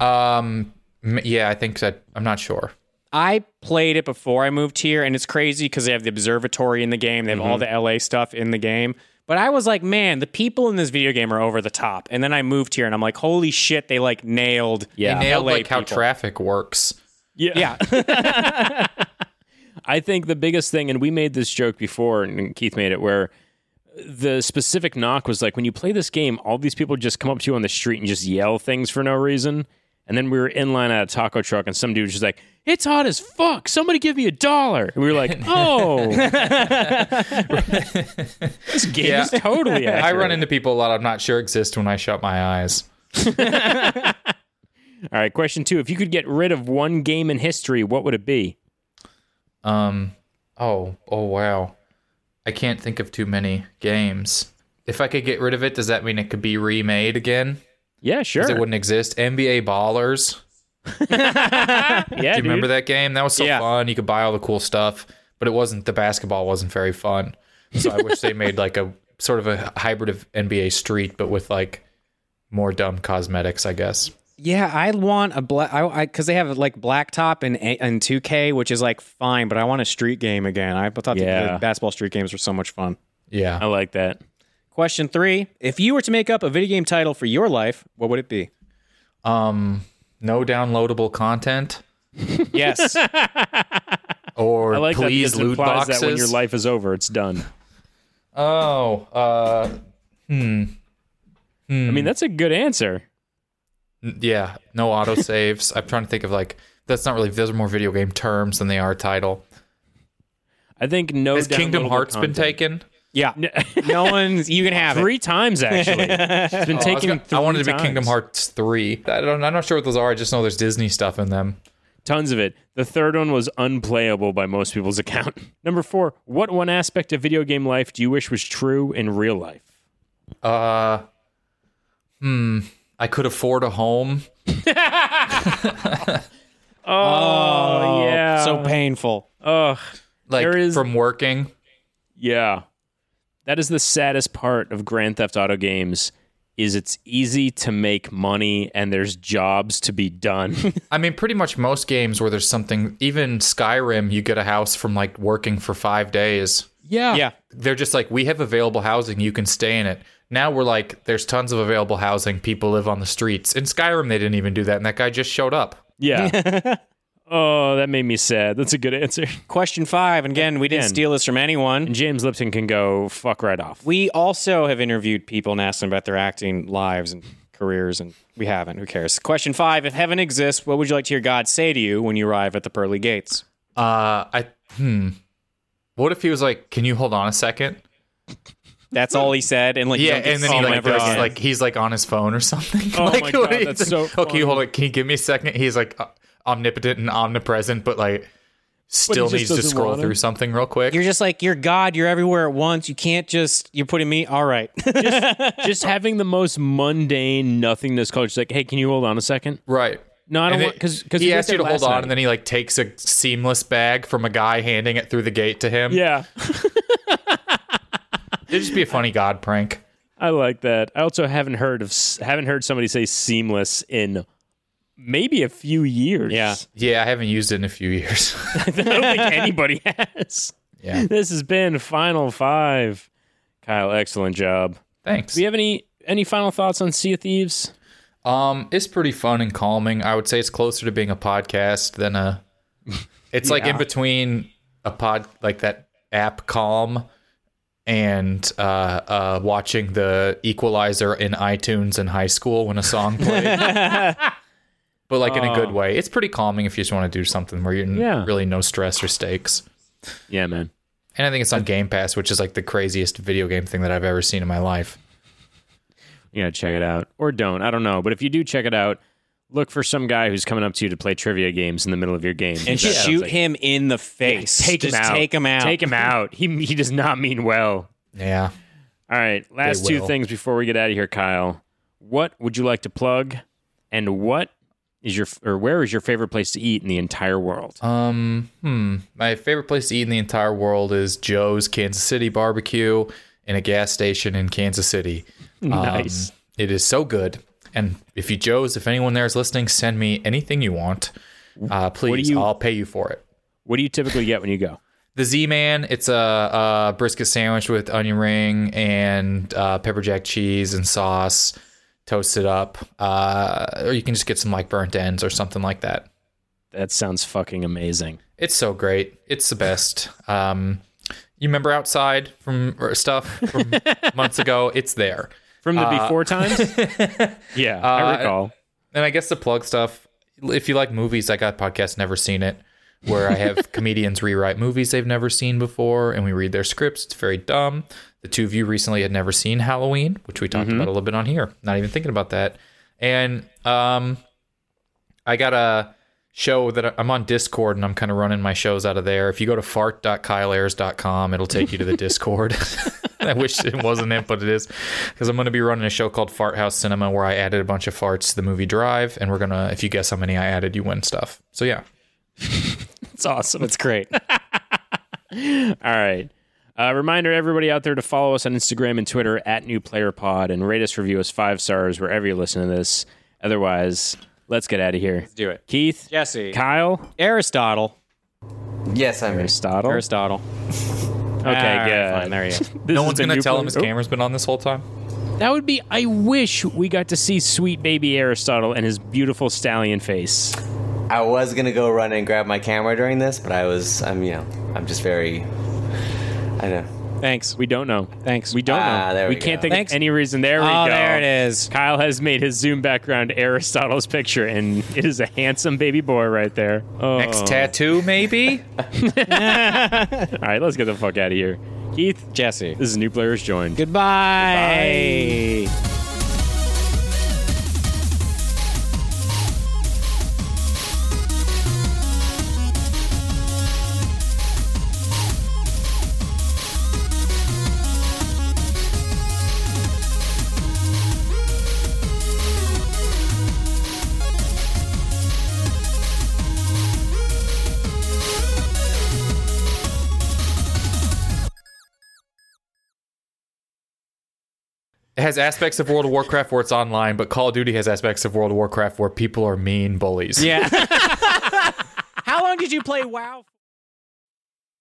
Speaker 3: Um. m- Yeah, I think that. I'm not sure.
Speaker 1: I played it before I moved here, and it's crazy because they have the observatory in the game. They have all the LA stuff in the game. But I was like, man, the people in this video game are over the top. And then I moved here, and I'm like, holy shit, they like nailed.
Speaker 2: Yeah.
Speaker 3: Nailed
Speaker 1: LA
Speaker 3: like how
Speaker 1: people.
Speaker 3: traffic works.
Speaker 2: yeah.
Speaker 1: Yeah.
Speaker 2: I think the biggest thing, and we made this joke before, and Keith made it, where the specific knock was like, when you play this game, all these people just come up to you on the street and just yell things for no reason. And then we were in line at a taco truck, and some dude was just like, "It's hot as fuck. Somebody give me a dollar." And we were like, "Oh, this game is
Speaker 3: Yeah.
Speaker 2: totally." Accurate.
Speaker 3: I run into people a lot. I'm not sure exist when I shut my eyes.
Speaker 2: All right, question two: If you could get rid of one game in history, what would it be?
Speaker 3: Um. Oh. Oh. Wow. I can't think of too many games. If I could get rid of it, does that mean it could be remade again?
Speaker 2: Yeah, sure.
Speaker 3: 'Cause It wouldn't exist. NBA Ballers.
Speaker 2: yeah,
Speaker 3: Do you remember that game? That was so
Speaker 1: Yeah.
Speaker 3: fun. You could buy all the cool stuff, but it wasn't. The basketball wasn't very fun. So I wish they made like a sort of a hybrid of NBA Street, but with like more dumb cosmetics, I guess.
Speaker 1: Yeah, I want a black. I because they have like blacktop and A- and two K, which is like fine, but I want a street game again. I thought the,
Speaker 2: Yeah.
Speaker 1: the basketball street games were so much fun.
Speaker 2: I
Speaker 3: Yeah.
Speaker 2: like that.
Speaker 1: Question three: If you were to make up a video game title for your life, what would it be?
Speaker 3: Um, no downloadable content
Speaker 1: Yes,
Speaker 3: or
Speaker 2: I like
Speaker 3: please
Speaker 2: that because it
Speaker 3: loot
Speaker 2: implies
Speaker 3: boxes.
Speaker 2: that when your life is over, it's done.
Speaker 3: oh, uh,
Speaker 2: I
Speaker 1: Hmm.
Speaker 2: mean, that's a good answer.
Speaker 3: n- yeah. No autosaves. I'm trying to think of like that's not really. Those are more video game terms than they are title.
Speaker 2: I think no.
Speaker 3: Has Kingdom
Speaker 2: downloadable
Speaker 3: Hearts
Speaker 2: content.
Speaker 3: been taken?
Speaker 1: yeah. no one's. You can have it.
Speaker 2: three times actually? It's been
Speaker 3: Oh, I was
Speaker 2: taken.
Speaker 3: go- I
Speaker 2: three
Speaker 3: wanted to be
Speaker 2: times.
Speaker 3: Kingdom Hearts three. I don't, I'm not sure what those are. I just know there's Disney stuff in them.
Speaker 2: Tons of it. The third one was unplayable by most people's account. Number four, what one aspect of video game life do you wish was true in real life?
Speaker 3: Uh, hmm. I could afford a home.
Speaker 2: Oh, yeah.
Speaker 1: So painful.
Speaker 2: Ugh.
Speaker 3: like
Speaker 2: There is-
Speaker 3: from working.
Speaker 2: Yeah. That is the saddest part of Grand Theft Auto games is it's easy to make money and there's jobs to be done.
Speaker 3: I mean, pretty much most games where there's something, even Skyrim, you get a house from like working for five days.
Speaker 1: Yeah.
Speaker 3: They're just like, we have available housing, you can stay in it. Now we're like, there's tons of available housing, people live on the streets. In Skyrim, they didn't even do that, and that guy just showed up.
Speaker 2: Yeah. oh, that made me sad. That's a good answer.
Speaker 1: Question five, and again, we didn't
Speaker 2: Again.
Speaker 1: steal this from anyone.
Speaker 2: And James Lipton can go fuck right off.
Speaker 1: We also have interviewed people and asked them about their acting lives and careers, and we haven't. Who cares? Question five If heaven exists, what would you like to hear God say to you when you arrive at the pearly gates?
Speaker 3: Uh, I, hmm. What if he was like, can you hold on a second?
Speaker 1: That's all he said. And like, you
Speaker 3: Yeah,
Speaker 1: don't get
Speaker 3: and then
Speaker 1: to
Speaker 3: he
Speaker 1: see him
Speaker 3: like
Speaker 1: ever
Speaker 3: goes,
Speaker 1: again.
Speaker 3: like he's like on his phone or something.
Speaker 2: Oh
Speaker 3: like,
Speaker 2: my God,
Speaker 3: do you
Speaker 2: that's
Speaker 3: think?
Speaker 2: so
Speaker 3: Oh, can
Speaker 2: funny.
Speaker 3: you hold it? Can you give me a second? He's like uh, omnipotent and omnipresent, but like still
Speaker 2: just
Speaker 3: needs to
Speaker 2: doesn't
Speaker 3: scroll
Speaker 2: want
Speaker 3: through
Speaker 2: him.
Speaker 3: something real quick.
Speaker 1: you're just like, you're God, you're everywhere at once. You can't just, you're putting me, all right.
Speaker 2: Just having the most mundane nothingness culture. It's like, hey, can you hold on a second?
Speaker 3: right.
Speaker 2: No, I don't
Speaker 3: And
Speaker 2: want
Speaker 3: it-
Speaker 2: because because
Speaker 3: he asked you to hold on, and then he like takes a seamless bag from a guy handing it through the gate to him.
Speaker 2: yeah,
Speaker 3: it'd just be a funny god prank.
Speaker 2: I like that. I also haven't heard of s- haven't heard somebody say seamless in maybe a few years.
Speaker 1: Yeah.
Speaker 3: Yeah, I haven't used it in a few years.
Speaker 2: I don't think anybody has.
Speaker 3: Yeah.
Speaker 2: This has been final five. Kyle, excellent job.
Speaker 3: Thanks.
Speaker 2: Do you have any any final thoughts on Sea of Thieves?
Speaker 3: Um, it's pretty fun and calming. I would say it's closer to being a podcast than a. It's like in between a pod, like that app Calm, and uh, uh, watching the Equalizer in iTunes in high school when a song played. but like in a good way. It's pretty calming if you just want to do something where you're n-
Speaker 2: Yeah.
Speaker 3: really no stress or stakes.
Speaker 2: Yeah, man.
Speaker 3: And I think it's on Game Pass, which is like the craziest video game thing that I've ever seen in my life.
Speaker 2: You gotta check it out. Or don't. I don't know. But if you do check it out, look for some guy who's coming up to you to play trivia games in the middle of your game.
Speaker 1: and
Speaker 2: That sounds
Speaker 1: shoot
Speaker 2: like-
Speaker 1: him in the face.
Speaker 2: Take him
Speaker 1: Just
Speaker 2: out.
Speaker 1: Take him out.
Speaker 2: Take him out. He he does not mean well.
Speaker 3: Yeah.
Speaker 2: All right. Last two
Speaker 3: will.
Speaker 2: things before we get out of here, Kyle. What would you like to plug? And what is your or where is your favorite place to eat in the entire world?
Speaker 3: Um, hmm. My favorite place to eat in the entire world is Joe's Kansas City barbecue in a gas station in Kansas City. Um,
Speaker 2: Nice.
Speaker 3: it is so good. And if you Joe's, if anyone there is listening, send me anything you want. Uh, please,
Speaker 2: you-
Speaker 3: I'll pay you for it.
Speaker 2: What do you typically get when you go?
Speaker 3: The Z Man, it's a, a brisket sandwich with onion ring and uh, pepper jack cheese and sauce, toasted up. Uh, or you can just get some like burnt ends or something like that.
Speaker 2: That sounds fucking amazing.
Speaker 3: It's so great. It's the best. Um, you remember outside from or stuff from months ago? It's there.
Speaker 2: From the before times? yeah, I
Speaker 3: uh,
Speaker 2: recall.
Speaker 3: And I guess the plug stuff. If you like movies, I got a podcast never seen it, where I have comedians rewrite movies they've never seen before, and we read their scripts. It's very dumb. The two of you recently had never seen Halloween, which we talked about a little bit on here. Not even thinking about that. And um, I got a show that I- I'm on Discord and I'm kind of running my shows out of there. If you go to fart.kyleairs.com, it'll take you to the Discord. I wish it wasn't it, but it is because I'm going to be running a show called Fart House Cinema where I added a bunch of farts to the movie Drive, and we're gonna if you guess how many I added, you win stuff. So yeah,
Speaker 2: It's awesome.
Speaker 1: That's great.
Speaker 2: All right. Uh, reminder everybody out there to follow us on Instagram and Twitter at New Player Pod and rate us, review us five stars wherever you listen to this. Otherwise, let's get out of here. Let's
Speaker 1: do it.
Speaker 2: Keith,
Speaker 1: Jesse.
Speaker 2: Kyle,
Speaker 1: Aristotle.
Speaker 4: Yes, I'm here.
Speaker 2: Aristotle.
Speaker 1: Aristotle.
Speaker 2: Okay,
Speaker 1: All right,
Speaker 2: good.
Speaker 1: fine, there you go.
Speaker 2: This
Speaker 3: no
Speaker 2: has
Speaker 3: one's
Speaker 2: been
Speaker 3: gonna
Speaker 2: New
Speaker 3: tell
Speaker 2: Player-
Speaker 3: him his
Speaker 2: Oh.
Speaker 3: camera's been on this whole time.
Speaker 2: That would be. I wish we got to see sweet baby Aristotle and his beautiful stallion face.
Speaker 4: I was gonna go run and grab my camera during this, but I was, I'm, you know, I'm just very, I know.
Speaker 1: Thanks.
Speaker 2: We don't know.
Speaker 1: Thanks.
Speaker 2: We don't
Speaker 4: Ah,
Speaker 2: know.
Speaker 4: there
Speaker 2: we
Speaker 4: we
Speaker 2: can't
Speaker 4: go.
Speaker 2: think
Speaker 1: Thanks.
Speaker 2: of any reason. There we
Speaker 1: Oh,
Speaker 2: go.
Speaker 1: there it is.
Speaker 2: Kyle has made his zoom background Aristotle's picture, and it is a handsome baby boy right there. Oh.
Speaker 3: Next tattoo, maybe.
Speaker 2: Oh. All right, let's get the fuck out of here. Keith,
Speaker 1: Jesse.
Speaker 2: this is New Players Joined.
Speaker 1: Goodbye.
Speaker 3: It has aspects of World of Warcraft where it's online, but Call of Duty has aspects of World of Warcraft where people are mean bullies.
Speaker 1: Yeah. How long did you play WoW?